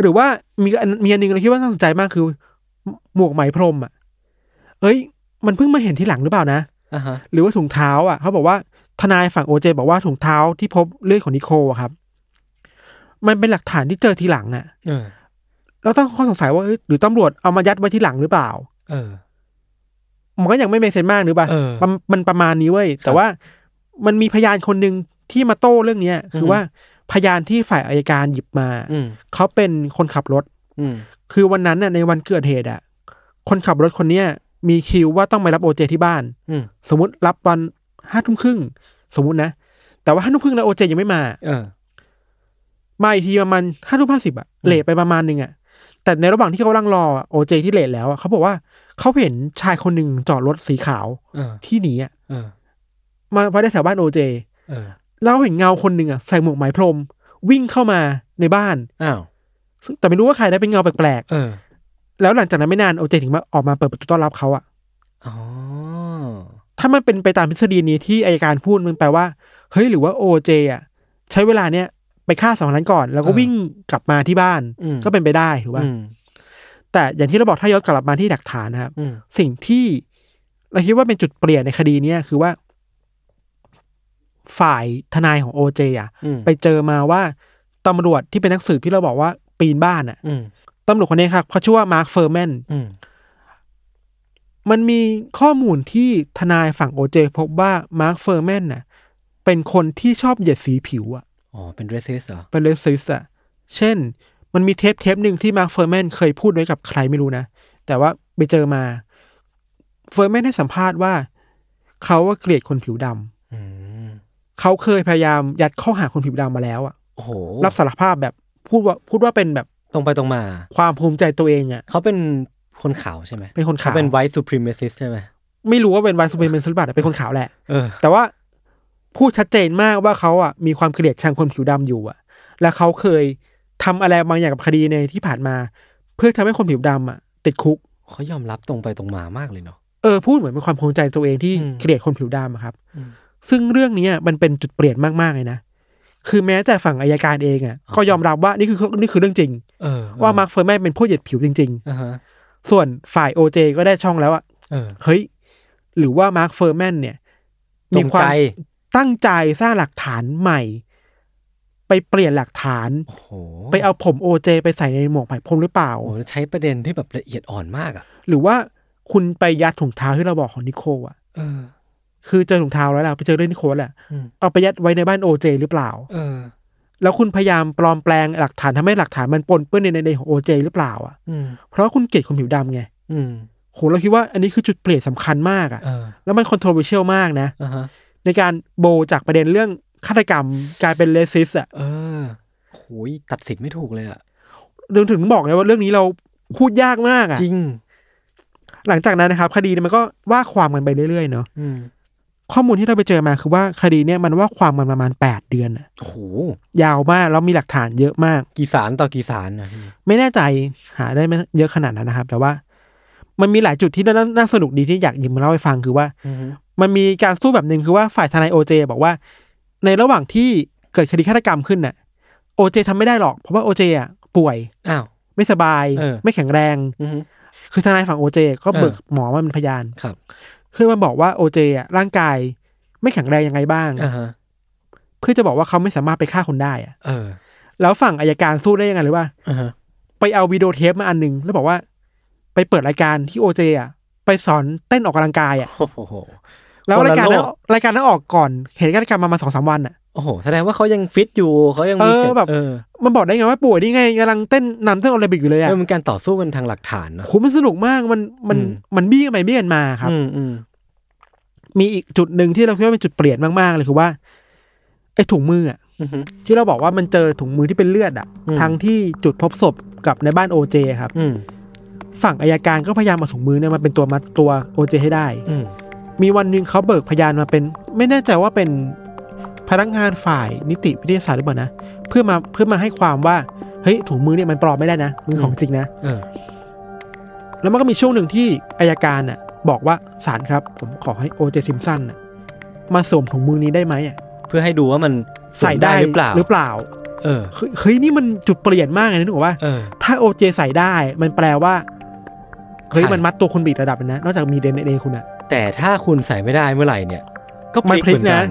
หรือว่ามีอันมีอันหนึงเราคิดว่าน่าสนใจมากคือ หมวกไหมพรมอ่ะ เอ้ย มันเพิ่งมาเห็นทีหลังหรือเปล่านะ อ่าฮะ หรือว่าถุงเท้าอ่ะ เขาบอกว่าทนายฝั่งโอเจบอกว่าถุงเท้าที่พบเลือดของนิโคลอะครับ มันเป็นหลักฐานที่เจอทีหลังน่ะ เออ เราตั้งข้อสงสัยว่าเอ้ยหรือตำรวจเอามายัดไว้ทีหลังหรือเปล่า เออ มันก็ยังไม่เมเซนมากหรือเปล่า เออ มันมันประมาณนี้เว้ย แต่ว่ามันมีพยานคนหนึ่งที่มาโต้เรื่องเนี้ยคือ อฮึ ว่าพยานที่ฝ่ายอายการหยิบมา อืม เขาเป็นคนขับรถ อืม คือวันนั้นน่ะในวันเกิดเหตุอ่ะ คนขับรถคนเนี้ยมีคิวว่าต้องไปรับโอเจที่บ้าน อืม สมมติรับตอนห้าทุ่มครึ่งสมมตินะ แต่ว่าห้าทุ่มครึ่งแล้วโอเจยังไม่มา เออ มาอีกทีประมาณห้าทุ่มห้าสิบอ่ะ อืม เลทไปประมาณหนึ่งอ่ะ แต่ในระหว่างที่เขากำลังรอโอเจที่เลทแล้วอ่ะเขาบอกว่าเขาเห็นชายคนหนึ่งจอดรถสีขาว เออ ที่หนีอ่ะ เออ มาไว้ได้แถวบ้านโอเจ เออ แล้วเห็นเงาคนหนึ่งอ่ะใส่หมวกไหมพรม วิ่งเข้ามาในบ้าน อ้าว ซึ่งแต่ไม่รู้ว่าใครได้เป็นเงาแปลก เออ ๆแล้วหลังจากนั้นไม่นานโอเจถึงมาออกมาเปิดประตูต้อนรับเขาอ่ะ อ๋อ ถ้ามันเป็นไปตามทฤษฎีนี้ที่อายการพูดมันแปลว่า เฮ้ยหรือว่าโอเจอ่ะ ใช้เวลาเนี้ยไปฆ่าสองคนนั้นก่อน แล้วก็วิ่งกลับมาที่บ้าน อืม ก็เป็นไปได้ถูกป่ะ อืม แต่อย่างที่เราบอกถ้าย้อนกลับมาที่หลักฐานนะครับ อืม สิ่งที่เราคิดว่าเป็นจุดเปลี่ยนในคดีเนี้ยคือว่า ฝ่ายทนายของโอเจอ่ะ อืม ไปเจอมาว่าตำรวจที่เป็นนักสืบที่เราบอกว่าปีนบ้านอ่ะ อืม ตำรวจคนนี้ครับเขาชื่อว่ามาร์คเฟอร์แมน อืม มันมีข้อมูลที่ทนายฝั่งโอเจพบว่ามาร์คเฟอร์แมนน่ะเป็นคนที่ชอบเหยียดสีผิวอะ อ๋อเป็นเรสซิสเหรอ เป็นเลสซิสอะเช่น มันมีเทปเทปหนึ่งที่มาร์คเฟอร์แมนเคยพูดไว้กับใครไม่รู้นะ แต่ว่าไปเจอมาเฟอร์แมนให้สัมภาษณ์ว่า เขาว่าเกลียดคนผิวดำ อืม เขาเคยพยายามยัดข้อหาคนผิวดำมาแล้วอะ โอ้โห รับสารภาพแบบพูดว่าพูดว่าเป็นแบบ ตรงไปตรงมา ความภูมิใจตัวเองอะ เขาเป็นคนขาวใช่ไหม เป็นคน เขา ขาว เป็นไวท์ซูพรีเมซิสใช่ไหม ไม่รู้ว่าเป็นไวท์ซูเปอร์แมนหรือเปล่าแต่เป็นคนขาวแหละ เออ แต่ว่าพูดชัดเจนมากว่าเขาอ่ะมีความเกลียดชังคนผิวดำอยู่อ่ะ และเขาเคยทำอะไรบางอย่างกับคดีในที่ผ่านมา เพื่อทำให้คนผิวดำอ่ะ ติดคุก เขายอมรับตรงไปตรงมามากเลยเนาะ เออพูดเหมือนเป็นความภูมิใจตัวเองที่ อืม เกลียดคนผิวดำอะครับ อืม ซึ่งเรื่องเนี้ยมันเป็นจุดเปลี่ยนมากๆเลยนะ คือแม้แต่ฝั่งอายการเองอ่ะก็ยอมรับว่านี่คือนี่คือเรื่องจริง เออ ว่ามาร์คเฟอร์แมนเป็นผู้เหยียดผิวจริง อ่าฮะ ๆ ส่วนฝ่ายโอเจก็ได้ช่องแล้วอ่ะ เออ เฮ้ยหรือว่ามาร์คเฟอร์แมนเนี่ย จงใจ ตั้งใจสร้างหลักฐานใหม่ ไปเปลี่ยนหลักฐาน โอ้โห ไปเอาผมโอเจไปใส่ในหมวกไหมพรมหรือเปล่า โอ้โหแล้วใช้ประเด็นที่แบบละเอียดอ่อนมากอ่ะ หรือว่าคุณไปยัดถุงเท้าที่เราบอกของนิโคลอ่ะ เออ คือเจอถุงเท้าแล้วล่ะไปเจอเรื่องนิโคลแหละ อืม เอาไปยัดไว้ในบ้านโอเจหรือเปล่า เออ แล้วคุณพยายามปลอมแปลงหลักฐานทำให้หลักฐานมันปนเปื้อนในในของโอเจหรือเปล่าอ่ะ อืม เพราะคุณเกลียดคนผิวดำไง อืม โหเราคิดว่าอันนี้คือจุดเปลี่ยนสำคัญมากอ่ะ เออ แล้วมันคอนโทรเวอร์เชียลมากนะ อ่าฮะ ในการโบจากประเด็นเรื่องฆาตกรรมกลายเป็นเลสิสอ่ะ เออโหยตัดสินไม่ถูกเลยอ่ะ รวมถึงบอกเลยว่าเรื่องนี้เราพูดยากมากอะ จริง หลังจากนั้นนะครับ คดีเนี่ยมันก็ว่าความกันไปเรื่อยๆเนาะ อืม ข้อมูลที่เราไปเจอมาคือว่าคดีเนี่ยมันว่าความกันประมาณ 8 เดือนอะ โอ้โห ยาวมากแล้วมีหลักฐานเยอะมาก กี่สารต่อกี่สารนะพี่ ไม่แน่ใจหาได้ไม่เยอะขนาดนั้นนะครับ แต่ว่า มันมีหลายจุดที่น่านาสนุกดีที่อยากหยิบมาเล่าให้ฟังคือว่า อือฮึ มันมีการสู้แบบหนึ่งคือว่าฝ่ายทนายโอเจบอกว่า ในระหว่างที่เกิดคดีฆาตกรรมขึ้นน่ะโอเจทำไม่ได้หรอกเพราะว่าโอเจอ่ะป่วย อ้าว ไม่สบาย เออ ไม่แข็งแรง อือฮึ คือทนายฝั่งโอเจก็ เออ เบิกหมอมาเป็นพยาน ครับ คือมันบอกว่าโอเจอ่ะร่างกายไม่แข็งแรงยังไงบ้าง อ่าฮะ เพื่อจะบอกว่าเขาไม่สามารถไปฆ่าคนได้อะ เออ แล้วฝั่งอายการสู้ได้ยังไงหรือว่า อ่าฮะ ไปเอาวิดีโอเทปมาอันหนึง แล้วบอกว่า ไปเปิดรายการที่โอเจอ่ะไปสอนเต้นออกกำลังกายอ่ะ โอ้โห แล้ว คน รา ละ ยการนั้น โลก รายการนั้นออกก่อนเหตุการณ์การมามาสองสามวันอ่ะ โอ้โหแสดงว่าเขายังฟิตอยู่เขายังมี เออแบบ เออ มันบอกได้ไงว่าป่วยนี่ไงกำลังเต้นนำเต้นโอลิมปิกอยู่เลยอ่ะ เออมันการต่อสู้กันทางหลักฐานเนอะ โหมันสนุกมากมันมัน อืม มันบี้กันไปบี้กันมาครับ อืมอืม มีอีกจุดหนึ่งที่เราคิดว่าเป็นจุดเปลี่ยนมากๆเลยคือว่าไอ้ถุงมืออ่ะ อือฮึ ที่เราบอกว่ามันเจอถุงมือที่เป็นเลือดอ่ะ อืม ทั้งที่จุดพบศพกับในบ้านโอเจครับ อืม ฝั่งอายการก็พยายามเอาถุงมือเนี่ยมาเป็นตัวมัดตัวโอเจให้ได้ อืม มีวันหนึ่งเขาเบิกพยานมาเป็น ไม่แน่ใจว่าเป็นพนักงานฝ่ายนิติวิทยาศาสตร์หรือเปล่านะเพื่อมาเพื่อมาให้ความว่าเฮ้ยถุงมือเนี่ยมันปลอมไม่ได้นะมือของจริงนะ เออ แล้วมันก็มีช่วงหนึ่งที่อายการน่ะบอกว่าศาลครับ ผมขอให้โอเจซิมสันน่ะมาสวมถุงมือนี้ได้ไหมอ่ะ เพื่อให้ดูว่ามัน ใส่ วม ได้ หรือเปล่า หรือเปล่า เออ เฮ้ยเฮ้ยนี่มันจุดเปลี่ยนมากเลยนะนึกว่า เออ ถ้าโอเจใส่ได้มันแปลว่าเฮ้ย ใช่ มันมัดตัวคุณบีดระดับหนึ่งนะ นอกจากมีเดนเอคุณอะ แต่ถ้าคุณใส่ไม่ได้เมื่อไหร่เนี่ย ก็พ มัน ลิก พลิ เหมื ก อน นะ กัน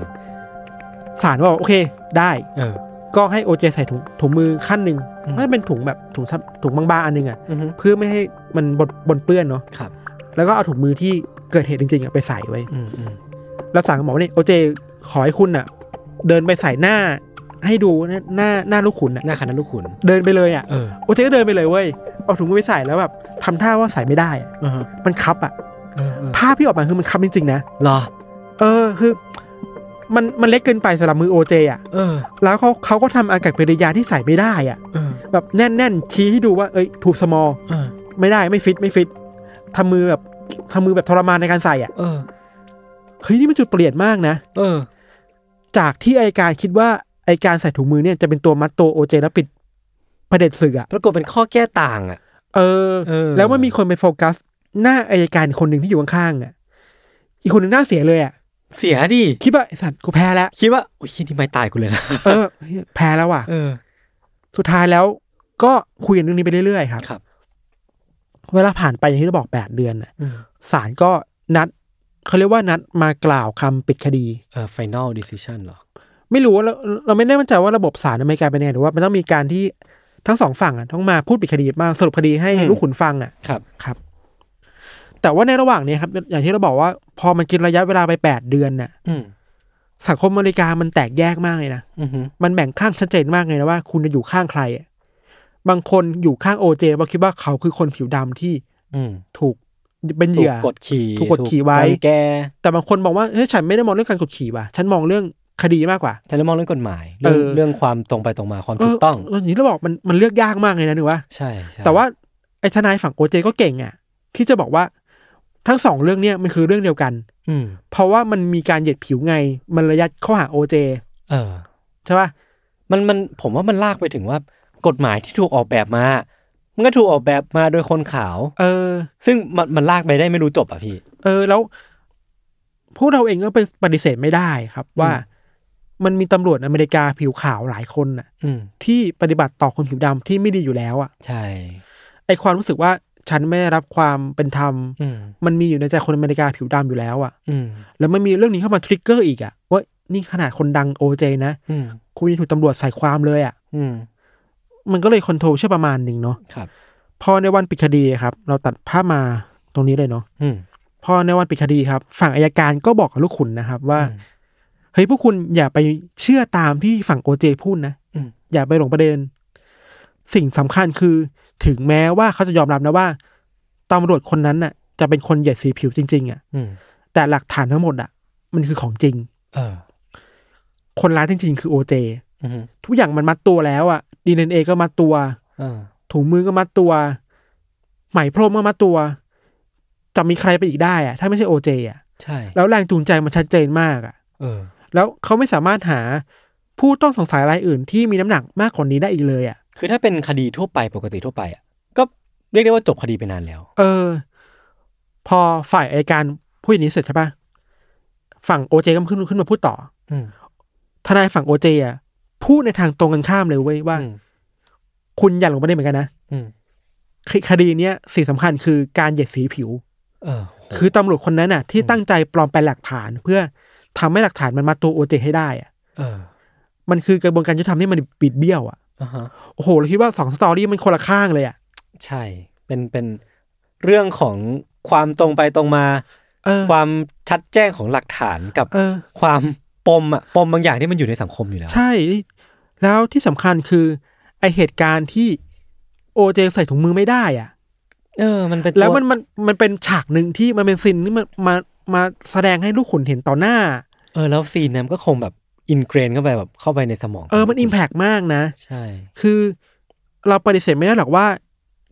สารบอกโอเค ได้ เออ ก็ให้โอเจใส่ถุงถุงมือขั้นหนึ่ง อืม น่าจะเป็นถุงแบบถุงซับถุงบางๆอันหนึงอะ อือฮึ เพื่อไม่ให้มันบนบนเปื้อนเนาะ ครับ แล้วก็เอาถุงมือที่เกิดเหตุจริงๆอะไปใส่ไว้ อืมอืม แล้วสั่งบอกว่าเนี่ยโอเจขอให้คุณอะเดินไปใส่หน้า ให้ดูหน้าหน้าหน้าลูกขุนอะ หน้าคณะลูกขุน เดินไปเลยอะ เออ โอเจก็เดินไปเลยเว้ยเอาถุงมือไปใส่แล้วแบบทำท่าว่าใส่ไม่ได้อะ เออ มันคับอะ เออเออ ภาพที่ออกมาคือมันคับจริงๆนะ เหรอ เออคือ มันมันเล็กเกินไปสำหรับมือโอเจอ่ะ เออ แล้วเขาเขาก็ทำอากับกิริยาที่ใส่ไม่ได้อ่ะ เออ แบบแน่นๆชี้ให้ดูว่าเอ้ยถูกสมอ เออ ไม่ได้ไม่ฟิตไม่ฟิตทำมือแบบทำมือแบบทรมานในการใส่อ่ะ เออ เฮ้ยนี่มันจุดเปลี่ยนมากนะ เออ จากที่ไอยการคิดว่าไอยการใส่ถุงมือเนี่ยจะเป็นตัวมัดตัวโอเจแล้วปิดประเด็จศึกอ่ะ ปรากฏเป็นข้อแก้ต่างอ่ะ เออ เออ แล้วมันมีคนไปโฟกัส หน้าไอยการคนหนึ่งที่อยู่ข้างๆอ่ะ อีกคนหนึ่งหน้าเสียเลยอ่ะ เสียดิ คิดว่าไอ้สัตว์กูแพ้แล้ว คิดว่าโอ้ยเหี้ยนี่ไม่ตายกูเลยนะ เออเฮ้ยแพ้แล้วว่ะ เออ สุดท้ายแล้วก็คุยกันเรื่องนี้ไปเรื่อยๆครับ ครับ เวลาผ่านไปอย่างที่เราบอกแปดเดือนน่ะ อืม ศาลก็นัดเขาเรียกว่านัดมากล่าวคำปิดคดี เออ final decision เหรอ ไม่รู้ว่าเราเราไม่แน่ใจว่าระบบศาลอเมริกาเป็นยังไงหรือว่ามันต้องมีการที่ทั้งสองฝั่งอ่ะต้องมาพูดปิดคดีมาสรุปคดีให้ อืม ลูกขุนฟังอ่ะ ครับ ครับ แต่ว่าในระหว่างเนี้ยครับ อย่างที่เราบอกว่า พอมันกินระยะเวลาไปแปดเดือนน่ะ อืม สังคมอเมริกามันแตกแยกมากเลยนะ อือหือ มันแบ่งข้างชัดเจนมากเลยนะว่าคุณจะอยู่ข้างใครอะบางคนอยู่ข้างโอเจเพราะคิดว่าเขาคือคนผิวดำที่ อืม ถูกเป็นเห ถู ยื่ ก อ กดขี่ ถูกกดขี่ไว้ รังแก แต่บางคนบอกว่าเฮ้ยฉันไม่ได้มองเรื่องการกดขี่ว่ะ ฉันมองเรื่องคดีมากกว่า แต่เรามองเรื่องกฎหมาย เรื่อง เออ เรื่องความตรงไปตรงมาความถูกต้อง เออนี้เราบอกมันมันเลือกยากมากเลยนะหนูว่า ใช่ใช่ แต่ว่าไอ้ทนายฝั่งโอเจก็เก่งอ่ะ ที่จะบอกว่าทั้งสองเรื่องเนี้ยมันคือเรื่องเดียวกัน อืม เพราะว่ามันมีการเหยียดผิวไง มันระยัดข้อหาโอเจ เออ ใช่ป่ะ มันมันผมว่ามันลากไปถึงว่ากฎหมายที่ถูกออกแบบมา มันก็ถูกออกแบบมาโดยคนขาว เออ ซึ่งมันมันลากไปได้ไม่รู้จบอ่ะพี่ เออแล้วพวกเราเองก็เป็นปฏิเสธไม่ได้ครับ ว่า มันมีตำรวจอเมริกาผิวขาวหลายคนน่ะ อืม ที่ปฏิบัติต่อคนผิวดำที่ไม่ดีอยู่แล้วอ่ะ ใช่ ไอความรู้สึกว่าฉันไม่ได้รับความเป็นธรรม อืม มันมีอยู่ในใจคนอเมริกาผิวดำอยู่แล้วอ่ะ อืม แล้วมันมีเรื่องนี้เข้ามาทริกเกอร์อีกอ่ะว่านี่ขนาดคนดังโอเจนะ อืม คุณยังถูกตำรวจใส่ความเลยอ่ะ อืม มันก็เลยคอนโทรลเชื่อประมาณหนึ่งเนาะ ครับ พอในวันปิดคดีครับ เราตัดภาพมาตรงนี้เลยเนาะ อืม พอในวันปิดคดีครับ ฝั่งอายการก็บอกกับลูกขุนนะครับ ว่า เฮ้ยพวกคุณอย่าไปเชื่อตามที่ฝั่งโอเจพูดนะ อืม อย่าไปหลงประเด็น สิ่งสำคัญคือถึงแม้ว่าเขาจะยอมรับนะว่าตำรวจคนนั้นน่ะ จะเป็นคนเหยียดสีผิวจริงๆอ่ะ อืม แต่หลักฐานทั้งหมดอ่ะ มันคือของจริง เออ คนร้ายจริงๆ คือโอเจ อืม ทุกอย่างมันมัดตัวแล้วอ่ะดีเอ็นเอก็มัดตัว เออ ถุงมือก็มัดตัวไหมพรมก็มัดตัว จะมีใครไปอีกได้อ่ะ ถ้าไม่ใช่โอเจอ่ะ ใช่ แล้วแรงจูงใจมันชัดเจนมากอ่ะ เออ แล้วเขาไม่สามารถหาผู้ต้องสงสัยรายอื่นที่มีน้ำหนักมากกว่านี้ได้อีกเลยอ่ะ คือถ้าเป็นคดีทั่วไปปกติทั่วไปอ่ะก็เรียกได้ว่าจบคดีไปนานแล้ว เออ พอฝ่ายอายการพูดอย่างนี้เสร็จใช่ปะฝั่งโอเจก็ขึ้นขึ้นมาพูดต่อ อืม ทนายฝั่งโอเจอ่ะพูดในทางตรงกันข้ามเลยเว้ยว่า อืม คุณอย่าหลงประเด็นเหมือนกันนะ อืม คคดีเนี้ยสิ่งสำคัญคือการเหยียดสีผิว เออโห คือตำรวจคนนั้นน่ะ ที่ตั้งใจปลอมแปลงหลักฐาน เพื่อทำให้หลักฐานมันมาตัวโอเจให้ได้อ่ะ เออ มันคือกระบวนการยุติธรรมที่มันบิดเบี้ยวอ่ะ อ่าฮะ โอ้โหเราคิดว่าสองสตอรี่มันคนละข้างเลยอ่ะ ใช่เป็นเป็น เรื่องของความตรงไปตรงมา เออ ความชัดแจ้งของหลักฐานกับ เออ ความปมอะปมบางอย่างที่มันอยู่ในสังคมอยู่แล้ว ใช่ แล้วที่สำคัญคือ ไอเหตุการณ์ที่โอเจใส่ถุงมือไม่ได้อ่ะ เออ มันเป็นตั แล้วมันมันมันเป็นฉากหนึ่งที่มันเป็นซินที่มันมามาแสดงให้ลูกขุนเห็นต่อหน้า เออแล้วซีนนั้นก็คงแบบอินเกรนเข้าไปแบบเข้าไปในสมอง เออมันอิมแพกมากนะ ใช่ คือเราปฏิเสธไม่ได้หรอกว่า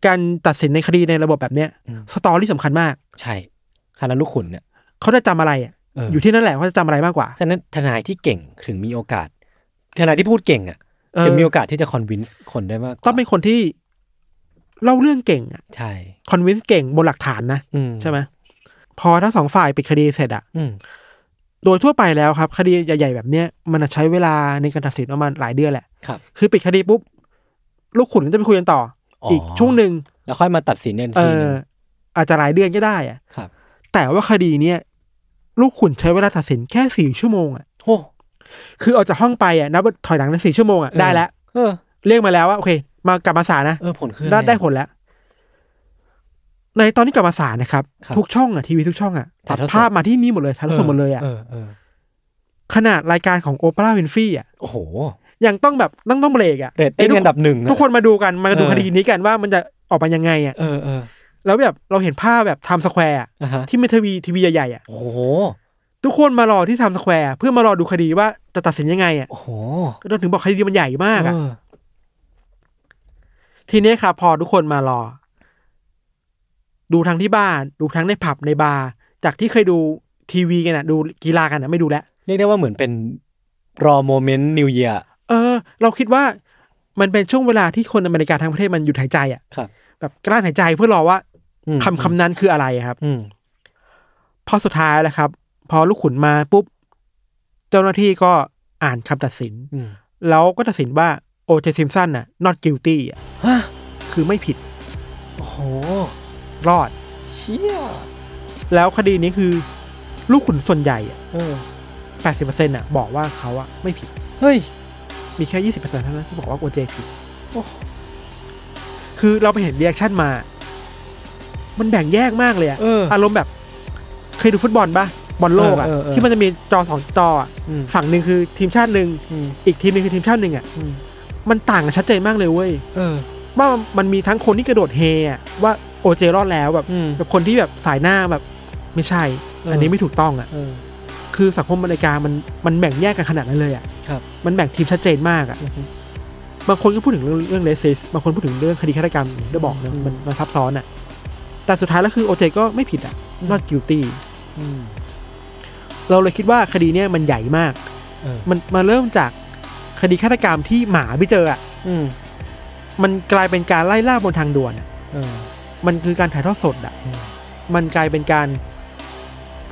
การตัดสินในคดีในระบบแบบเนี้ยสตอรี่สำคัญมาก ใช่คณะลูกขุนเนี่ย เขาจะจำอะไรอะ เออ อ อยู่ ที่นั่นแหละเขาจะจำอะไรมากกว่า ฉะนั้นทนายที่เก่งถึงมีโอกาส ทนายที่พูดเก่งอ่ะ เออ จะมีโอกาสที่จะคอนวินส์คนได้มากกว่า ต้องเป็นคนที่เล่าเรื่องเก่งอะ ใช่ คอนวินส์เก่งบนหลักฐานนะ อืม ใช่ไหมพอทั้งสองฝ่ายปิดคดีเสร็จอะ อืม โดยทั่วไปแล้วครับ คดีใหญ่ ๆ แบบเนี้ยมันใช้เวลาในการตัดสินประมาณหลายเดือนแหละ ครับ คือปิดคดีปุ๊บ ลูกขุนก็จะไปคุยกันต่อออีกช่วงหนึ่ง แล้วค่อยมาตัดสินกัน เอ ทีนึ อง อาจจะหลายเดือนก็ได้อะ ครับ แต่ว่าคดีเนี้ยลูกขุนใช้เวลาตัดสินแค่สี่ชั่วโมงอ่ะ โอ้ คือออกจากห้องไปอ่ะนับว่าถอยหลังได้สี่ชั่วโมงอ่ะได้แล้ว เออ เรียกมาแล้วว่าโอเค มากลับมาศาลนะ เออผลคืออะร ได้ อะ ได้ผลแล้ว ในตอนที่กลับมาศาลนะครับ ครับ ทุกช่องอ่ะทีวีทุกช่องอ่ะตั ถ่าย ด ทอดสด ภาพมาที่นี่หมดเลยทันสดหมดเลยอ่ะ เออเออ ขนาดรายการของโอปราห์วินฟรีอ่ะ โอ้โห ยังต้องแบบต้องต้องเบรกอะ เรตติ้ง ไอ้ทุก อันดับหนึ่งอะ ทุกคนมาดูกันมาดู เออ คดีนี้กันว่ามันจะออกมายังไงอะ เออเออ แล้วแบบเราเห็นภาพแบบไทม์สแควร์ อ่ะฮะ ที่มีทีวีทีวีใหญ่ๆอะ โอ้โห ทุกคนมารอที่ไทม์สแควร์เพื่อมารอดูคดีว่าจะตัดสินยังไงอะ โอ้โห เราถึงบอกคดีมันใหญ่มากอะ เออ ทีเนี้ยครับพอทุกคนมารอ ดูทั้งที่บ้าน ดูทั้งในผับในบาร์จากที่เคยดูทีวีกันอะดูกีฬากันอะไม่ดูแล้ว เรียกได้ว่าเหมือนเป็นรอโมเมนต์นิวเยีย เออ เราคิดว่ามันเป็นช่วงเวลาที่คนอเมริกาทั้งประเทศมันหยุดหายใจอะ ครับ แบบกลั้นหายใจเพื่อรอว่า อืม คำคำนั้นคืออะไรอะครับ อืม พอสุดท้ายแล้วครับ พอลูกขุนมาปุ๊บ เจ้าหน้าที่ก็อ่านคำตัดสิน อืม แล้วก็ตัดสินว่าโอเจซิมสันน่ะ not guilty อ่ะ ฮะ คือไม่ผิด โอ้โห รอด เชี่ย แล้วคดีนี้คือลูกขุนส่วนใหญ่อ่ะ เออ แปดสิบเปอร์เซ็นต์อ่ะ บอกว่าเขาอ่ะไม่ผิด เฮ้ย มีแค่ยี่สิบเปอร์เซ็นต์เท่านั้นที่บอกว่าโอเจผิด โอ้ คือเราไปเห็นเรีแอคชั่นมา มันแบ่งแยกมากเลยอ่ะ เออ อารมณ์แบบ เคยดูฟุตบอลปะบอลโลกอ่ะ เออเออเออ ที่มันจะมีจอสองจออะ อืม ฝั่งหนึ่งคือทีมชาติหนึ่ง อืม อีกทีมหนึงคือทีมชาติหนึ่งอ่ะ อืม มันต่างกันชัดเจนมากเลยเว้ย เออ ว่ามันมีทั้งคนที่กระโดดเฮอะว่าโอเจรอดแล้วแบบ อืม แบบคนที่แบบสายหน้าแบบไม่ใช่ เอออั อันนี้ไม่ถูกต้องอ่ะ เออ คือสังคมอเมริกามันมันแบ่งแยกกันขนาดนั้นเลยอ่ะ ครับ มันแบ่งทีมชัดเจนมากอ่ะบางคนก็พูดถึงเรื่องเรื่องเลสซิสบางคนพูดถึงเรื่องคดีฆาตกรรมอย่างที่ได้บอกนะมันมันซับซ้อนอ่ะแต่สุดท้ายแล้วคือโอเจก็ไม่ผิดอ่ะ not guilty อืม เราเลยคิดว่าคดีเนี้ยมันใหญ่มาก เออ มันมาเริ่มจากคดีฆาตกรรมที่หมาไปเจออ่ะ อืม มันกลายเป็นการไล่ล่าบนทางด่วนอะ เออ มันคือการถ่ายทอดสดอ่ะ อืม มันกลายเป็นการ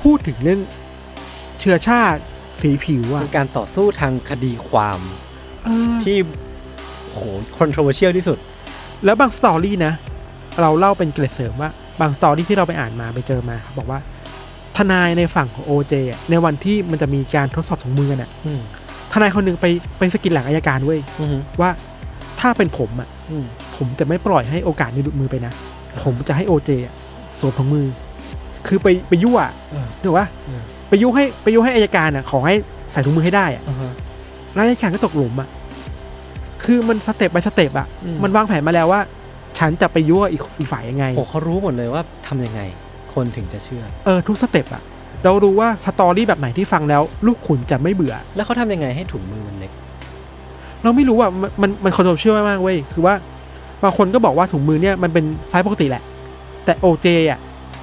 พูดถึงเรื่องเชื้อชาติสีผิวอ่ะ เป็นการต่อสู้ทางคดีความ เออ ที่โห controversial ที่สุด แล้วบางสตอรี่นะ เราเล่าเป็นเกร็ดเสริมว่า บางสตอรี่ที่เราไปอ่านมาไปเจอมาครับบอกว่า ทนายในฝั่งของโอเจอะในวันที่มันจะมีการทดสอบถุงมือกันอ่ะ อืม ทนายคนหนึ่งไปไปสะกิดหลังอายการเว้ย อืม ว่าถ้าเป็นผมอ่ะ อืม ผมจะไม่ปล่อยให้โอกาสนี้หลุดมือไปนะ ผมจะให้โอเจอะสวมถุงมือ คือไปไปยั่ว เออ ถูกปะ อืม ไปยุให้ไปยุให้อายการอ่ะ ขอให้ใส่ถุงมือให้ได้อ่ะ อ่าฮะ แล้วอายการก็ตกหลุมอ่ะ คือมันสเต็ปไปสเต็ปอ่ะ อืม มันวางแผนมาแล้วว่า ฉันจะไปยั่วอีกอีกฝ่ายยังไง โหเขารู้หมดเลยว่าทำยังไง คนถึงจะเชื่อ เออทุกสเต็ปอ่ะ เรารู้ว่าสตอรี่แบบไหนที่ฟังแล้ว ลูกขุนจะไม่เบื่อ แล้วเขาทำยังไงให้ถุงมือมันเล็ก เราไม่รู้ว่ามันมันมันคอนโทรเชื่อมากๆเว้ย คือว่าบางคนก็บอกว่าถุงมือเนี่ยมันเป็นไซส์ปกติแหละ แต่โอเจอ่ะ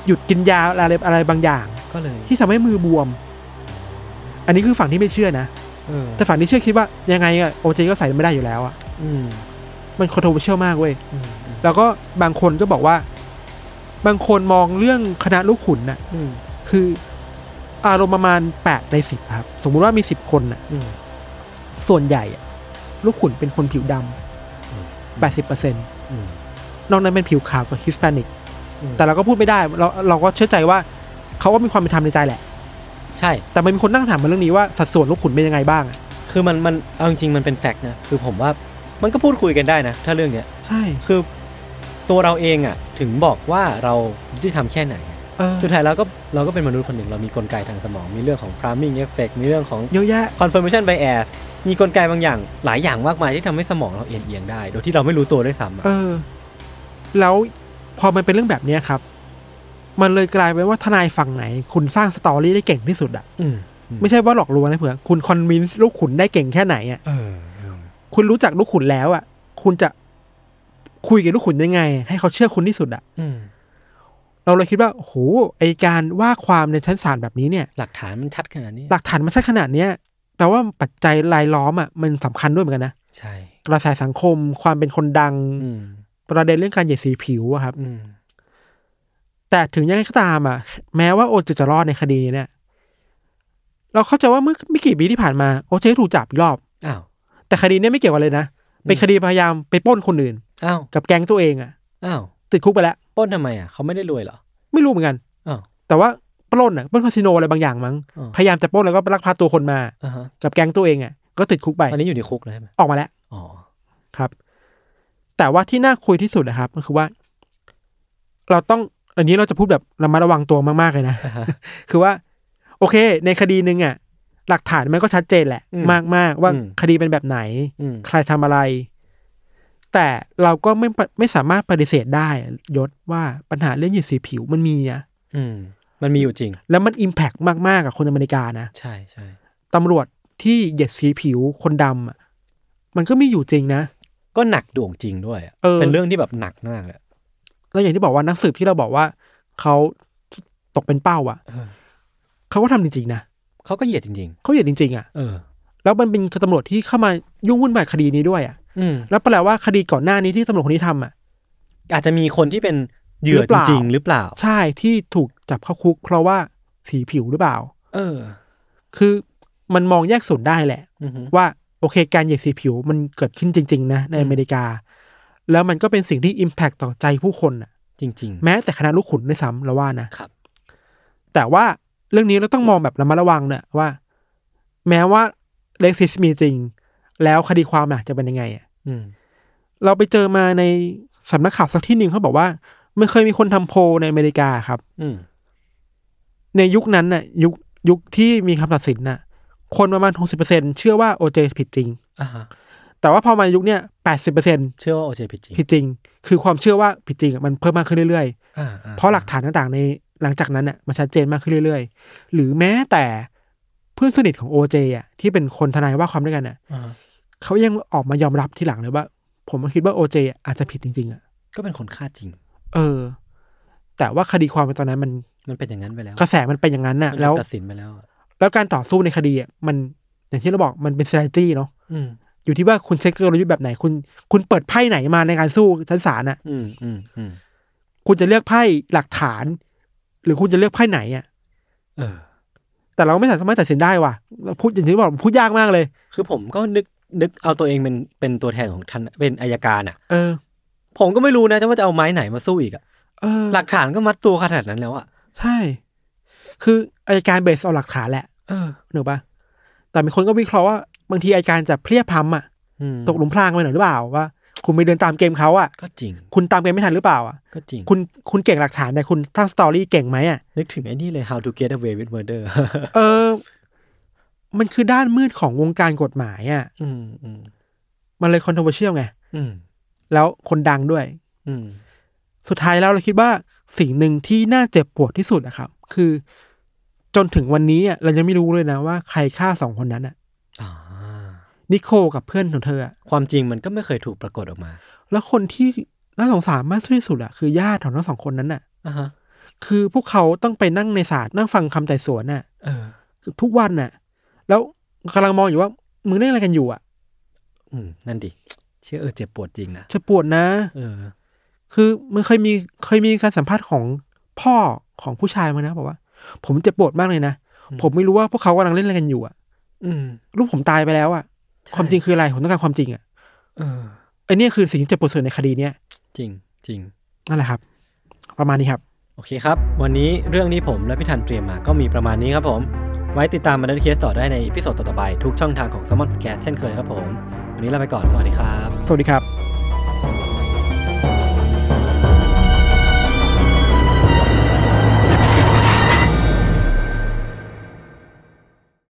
หยุดกินยาอะไรอะไรบางอย่าง ก็เลย ที่ทำให้มือบวม อันนี้คือฝั่งที่ไม่เชื่อนะ เออ แต่ฝั่งนี้เชื่อคิดว่ายังไงอะโอเจก็ใส่ไม่ได้อยู่แล้วอะ อืม มันคอนโทรเวอร์ชียลมากเว้ย อืมอืม แล้วก็บางคนก็บอกว่า บางคนมองเรื่องคณะลูกขุนน่ะ อืม คืออารมณ์ประมาณแปดในสิบครับ สมมุติว่ามีสิบคนน่ะ อืม ส่วนใหญ่อะลูกขุนเป็นคนผิวดำแปดสิบเปอร์เซ็นต์ อืม นอกนั้นเป็นผิวขาวกับฮิสแปนิก อืม แต่เราก็พูดไม่ได้ เราเราก็เชื่อใจว่าเขาก็มีความเป็นธรรมในใจแหละ ใช่ แต่มันมีคนนั่งถามมาเรื่องนี้ว่าสัดส่วนลูกขุนเป็นยังไงบ้างอะ คือมันมันเอาจริงๆมันเป็นแฟกต์นะ คือผมว่ามันก็พูดคุยกันได้นะ ถ้าเรื่องเนี้ย ใช่ คือ ตัวเราเองอ่ะถึงบอกว่าเรายุติธรรมแค่ไหน เออ สุดท้ายแล้วก็เราก็เป็นมนุษย์คนหนึ่งเรามีกลไกทางสมอง มีเรื่องของ priming effect มีเรื่องของ เยอะแยะ confirmation bias มีกลไกบางอย่างหลายอย่างมากมายที่ทำให้สมองเราเอียงเอียงๆได้ โดยที่เราไม่รู้ตัวด้วยซ้ำอะ เออ แล้วพอมันเป็นเรื่องแบบเนี้ยครับ มันเลยกลายเป็นว่าทนายฝั่งไหน คุณสร้างสตอรี่ได้เก่งที่สุดอะ ม ไม่ใช่ว่าหลอกลวงนะเผื่อคุณคอนวินส์ลูกขุนได้เก่งแค่ไหนอะ เออเออ คุณรู้จักลูกขุนแล้วอะคุณจะคุยกับลูกขุนยังไง ให้เขาเชื่อคุณที่สุดอะ อืม เราเลยคิดว่าโอ้โหไอการว่าความในชั้นศาลแบบนี้เนี่ย หลักฐานมันชัดขนาดนี้ หลักฐานมันชัดขนาดเนี้ยแปลว่าปัจจัยรายล้อมอะมันสำคัญด้วยเหมือนกันนะ ใช่ กระแสสังคม ความเป็นคนดัง อืม ประเด็นเรื่องการเหยียดสีผิวอะครับ อืม แต่ถึงยังไงก็ตามอ่ะ แม้ว่าโอจะจะรอดในคดีเนี่ย เราเข้าใจว่าเมื่อไม่กี่ปีที่ผ่านมาโอเจะถูกจับอีกรอบ อ้าว แต่คดีเนี้ยไม่เกี่ยวกันเลยนะเป็นคดีพยายามไปปล้นคนอื่น อ้าว กับแก๊งตัวเองอ่ะ อ้าว ติดคุกไปแล้ว ปล้นทำไมอ่ะเขาไม่ได้รวยเหรอ ไม่รู้เหมือนกัน อ้าว แต่ว่าปล้นอ่ะปล้นคาสิโนอะไรบางอย่างมั้ง อ้าว พยายามจะปล้นแล้วก็ลักพาตัวคนมา อ่าฮะ กับแก๊งตัวเองอ่ะก็ติดคุกไป ตอนนี้อยู่ในคุกแล้วใช่ไหม ออกมาแล้ว อ๋อ ครับ แต่ว่าที่น่าคุยที่สุดนะครับ ก็คือว่า เราต้องอันนี้เราจะพูดแบบระมัดระวังตัวมากๆเลยนะ [laughs] อ่าฮะ คือว่า โอเค ในคดีหนึ่งอ่ะ หลักฐานมันก็ชัดเจนแหละ อืม มากมากๆว่า อืม คดีเป็นแบบไหน อืม ใครทำอะไร แต่เราก็ไม่ปะไม่สามารถปฏิเสธได้ยศว่าปัญหาเรื่องเหยียดสีผิวมันมีอะ อืมมันมีอยู่จริง แล้วมันอิมแพกมากๆกับคนอเมริกานะ ใช่ใช่ ตำรวจที่เหยียดสีผิวคนดำอะมันก็มีอยู่จริงนะ ก็หนักดวงจริงด้วยอะ เออ เป็นเรื่องที่แบบหนักมากเลยอะ แล้วอย่างที่บอกว่านักสืบที่เราบอกว่าเขาตกเป็นเป้าอะ เออ เขาก็ทำจริงๆนะ เขาก็เหยียดจริง เขาเหยียดจริงๆอะ ๆ เออ กับ แล้วมันเป็นตำรวจที่เข้ามายุ่งวุ่นวายคดีนี้ด้วยอะ อืม แล้วแปลว่าคดีก่อนหน้านี้ที่ตำรวจคนนี้ทำอ่ะ อาจจะมีคนที่เป็นเหยื่อจริงๆหรือเปล่า ใช่ที่ถูกจับเข้าคุก เพราะว่าสีผิวหรือเปล่า เออ คือมันมองแยกส่วนได้แหละ อือฮึ ว่าโอเคการเหยียดสีผิวมันเกิดขึ้นจริง ๆ นะ ในอเมริกา แล้วมันก็เป็นสิ่งที่ Impact ต่อใจผู้คนน่ะ จริง แม้แต่คณะลูกขุนด้วยซ้ำเราว่านะครับ แต่ว่าเรื่องนี้เราต้องมองแบบระมัดระวังเนะว่า แม้ว่าเลกซิสมีจริง แล้วคดีความน่ะจะเป็นยังไงอะ ๆ อืม เราไปเจอมาในสำนักข่าวสักที่หนึ่งเขาบอกว่ามันเคยมีคนทำโพลในอเมริกาครับ อืม ในยุคนั้นน่ะยุคยุคที่มีคำตัดสินน่ะ คนประมาณ 60%เชื่อว่าโอเจผิดจริง อ่าฮะ แต่ว่าพอมายุคเนี้ย80% เชื่อว่าโอเจผิดจริง ผิดจริง คือความเชื่อว่าผิดจริงอ่ะมันเพิ่มมากขึ้นเรื่อย อ่า ๆ เพราะหลักฐานต่างๆ ในหลังจากนั้นน่ะมันชัดเจนมากขึ้นเรื่อยๆ หรือแม้แต่เพื่อนสนิทของโอเจอ่ะที่เป็นคนทนายว่าความด้วยกันน่ะ อ่าฮะ เขายังออกมายอมรับทีหลังเลยว่า ผมก็คิดว่าโอเจอาจจะผิดจริงๆอ่ะ ก็เป็นคนฆ่าจริง เออ แต่ว่าคดีความในตอนนั้นมัน มันเป็นอย่างนั้นไปแล้ว กระแสมันเป็นอย่างนั้นน่ะ มัน แล้ว ถูกตัดสินไปแล้วอะ แล้วการต่อสู้ในคดีอ่ะมันอย่างที่เราบอกมันเป็น strategy เนาะ อืม อยู่ที่ว่าคุณใช้กลยุทธ์แบบไหน คุณ คุณเปิดไพ่ไหนมาในการสู้ชั้นศาลน่ะ อืมอืมอืม คุณจะเลือกไพ่หลักฐาน หรือคุณจะเลือกไพ่ไหนอ่ะ เออ แต่เราไม่สามารถตัดสินได้ว่ะเราพูดอย่างที่บอกพูดยากมากเลย คือผมก็นึกนึกเอาตัวเองเป็นเป็นตัวแทนของท่านเป็นอายการอ่ะ เออ ผมก็ไม่รู้นะว่าจะเอาไม้ไหนมาสู้อีกอะ เออ หลักฐานก็มัดตัวขนาดนั้นแล้วอ่ะ ใช่ คืออายการเบสเอาหลักฐานแหละ เออ หนูปะแต่มีคนก็วิเคราะห์ว่าบางทีอายการจะเพลียพล้ำอ่ะ อืม ตกหลุมพรางไปหน่อยหรือเปล่าว่า คุณไปเดินตามเกมเขาอ่ะ ก็จริง คุณตามกันไม่ทันหรือเปล่าอ่ะ ก็จริง คุณคุณเก่งหลักฐานแต่คุณสร้างสตอรี่เก่งไหมอ่ะ นึกถึงไอ้นี่เลย how to get away with murder เออ มันคือด้านมืดของวงการกฎหมายอ่ะ [laughs] อืมอืม มันเลยคอนโทรเวอร์เชียลไง อืม แล้วคนดังด้วย อืม สุดท้ายแล้วเราคิดว่าสิ่งหนึ่งที่น่าเจ็บปวดที่สุดนะครับ คือ จนถึงวันนี้อ่ะเรายังไม่รู้เลยนะว่าใครฆ่าสองคนนั้นอ่ะ อ่า นิโคกับเพื่อนของเธออ่ะ ความจริงมันก็ไม่เคยถูกปรากฏออกมา แล้วคนที่น่าสงสารมากที่สุดอ่ะคือญาติของทั้งสองคนนั้นอ่ะ อ่าฮะ คือพวกเขาต้องไปนั่งในศาลนั่งฟังคำไต่สวนอ่ะ เออ ทุกวันน่ะ แล้วกำลังมองอยู่ว่า มึงเล่นอะไรกันอยู่อ่ะ อืมนั่นดิ เชื่อเออเจ็บปวดจริงนะ จะปวดนะ เออ คือมันเคยมีเคยมีการสัมภาษณ์ของพ่อของผู้ชายมานะบอกว่า ผมเจ็บปวดมากเลยนะ อืม ผมไม่รู้ว่าพวกเขากำลังเล่นอะไรกันอยู่อ่ะ อืม ลูกผมตายไปแล้วอ่ะ ความจริงคืออะไรผมต้องการความจริงอ่ะ เออ ไอ้เนี่ยคือสิ่งที่เจ็บปวดสุดในคดีเนี้ย จริงจริง นั่นแหละครับ ประมาณนี้ครับ โอเคครับ วันนี้เรื่องนี้ผมและพี่ทันเตรียมมาก็มีประมาณนี้ครับผม ไว้ติดตามมาดันเคสต่อได้ในพิโซดต่อๆไป ทุกช่องทางของ s ซ m o n Podcast เช่นเคยครับผม วันนี้ลาไปก่อน สวัสดีครับ สวัสดีครับ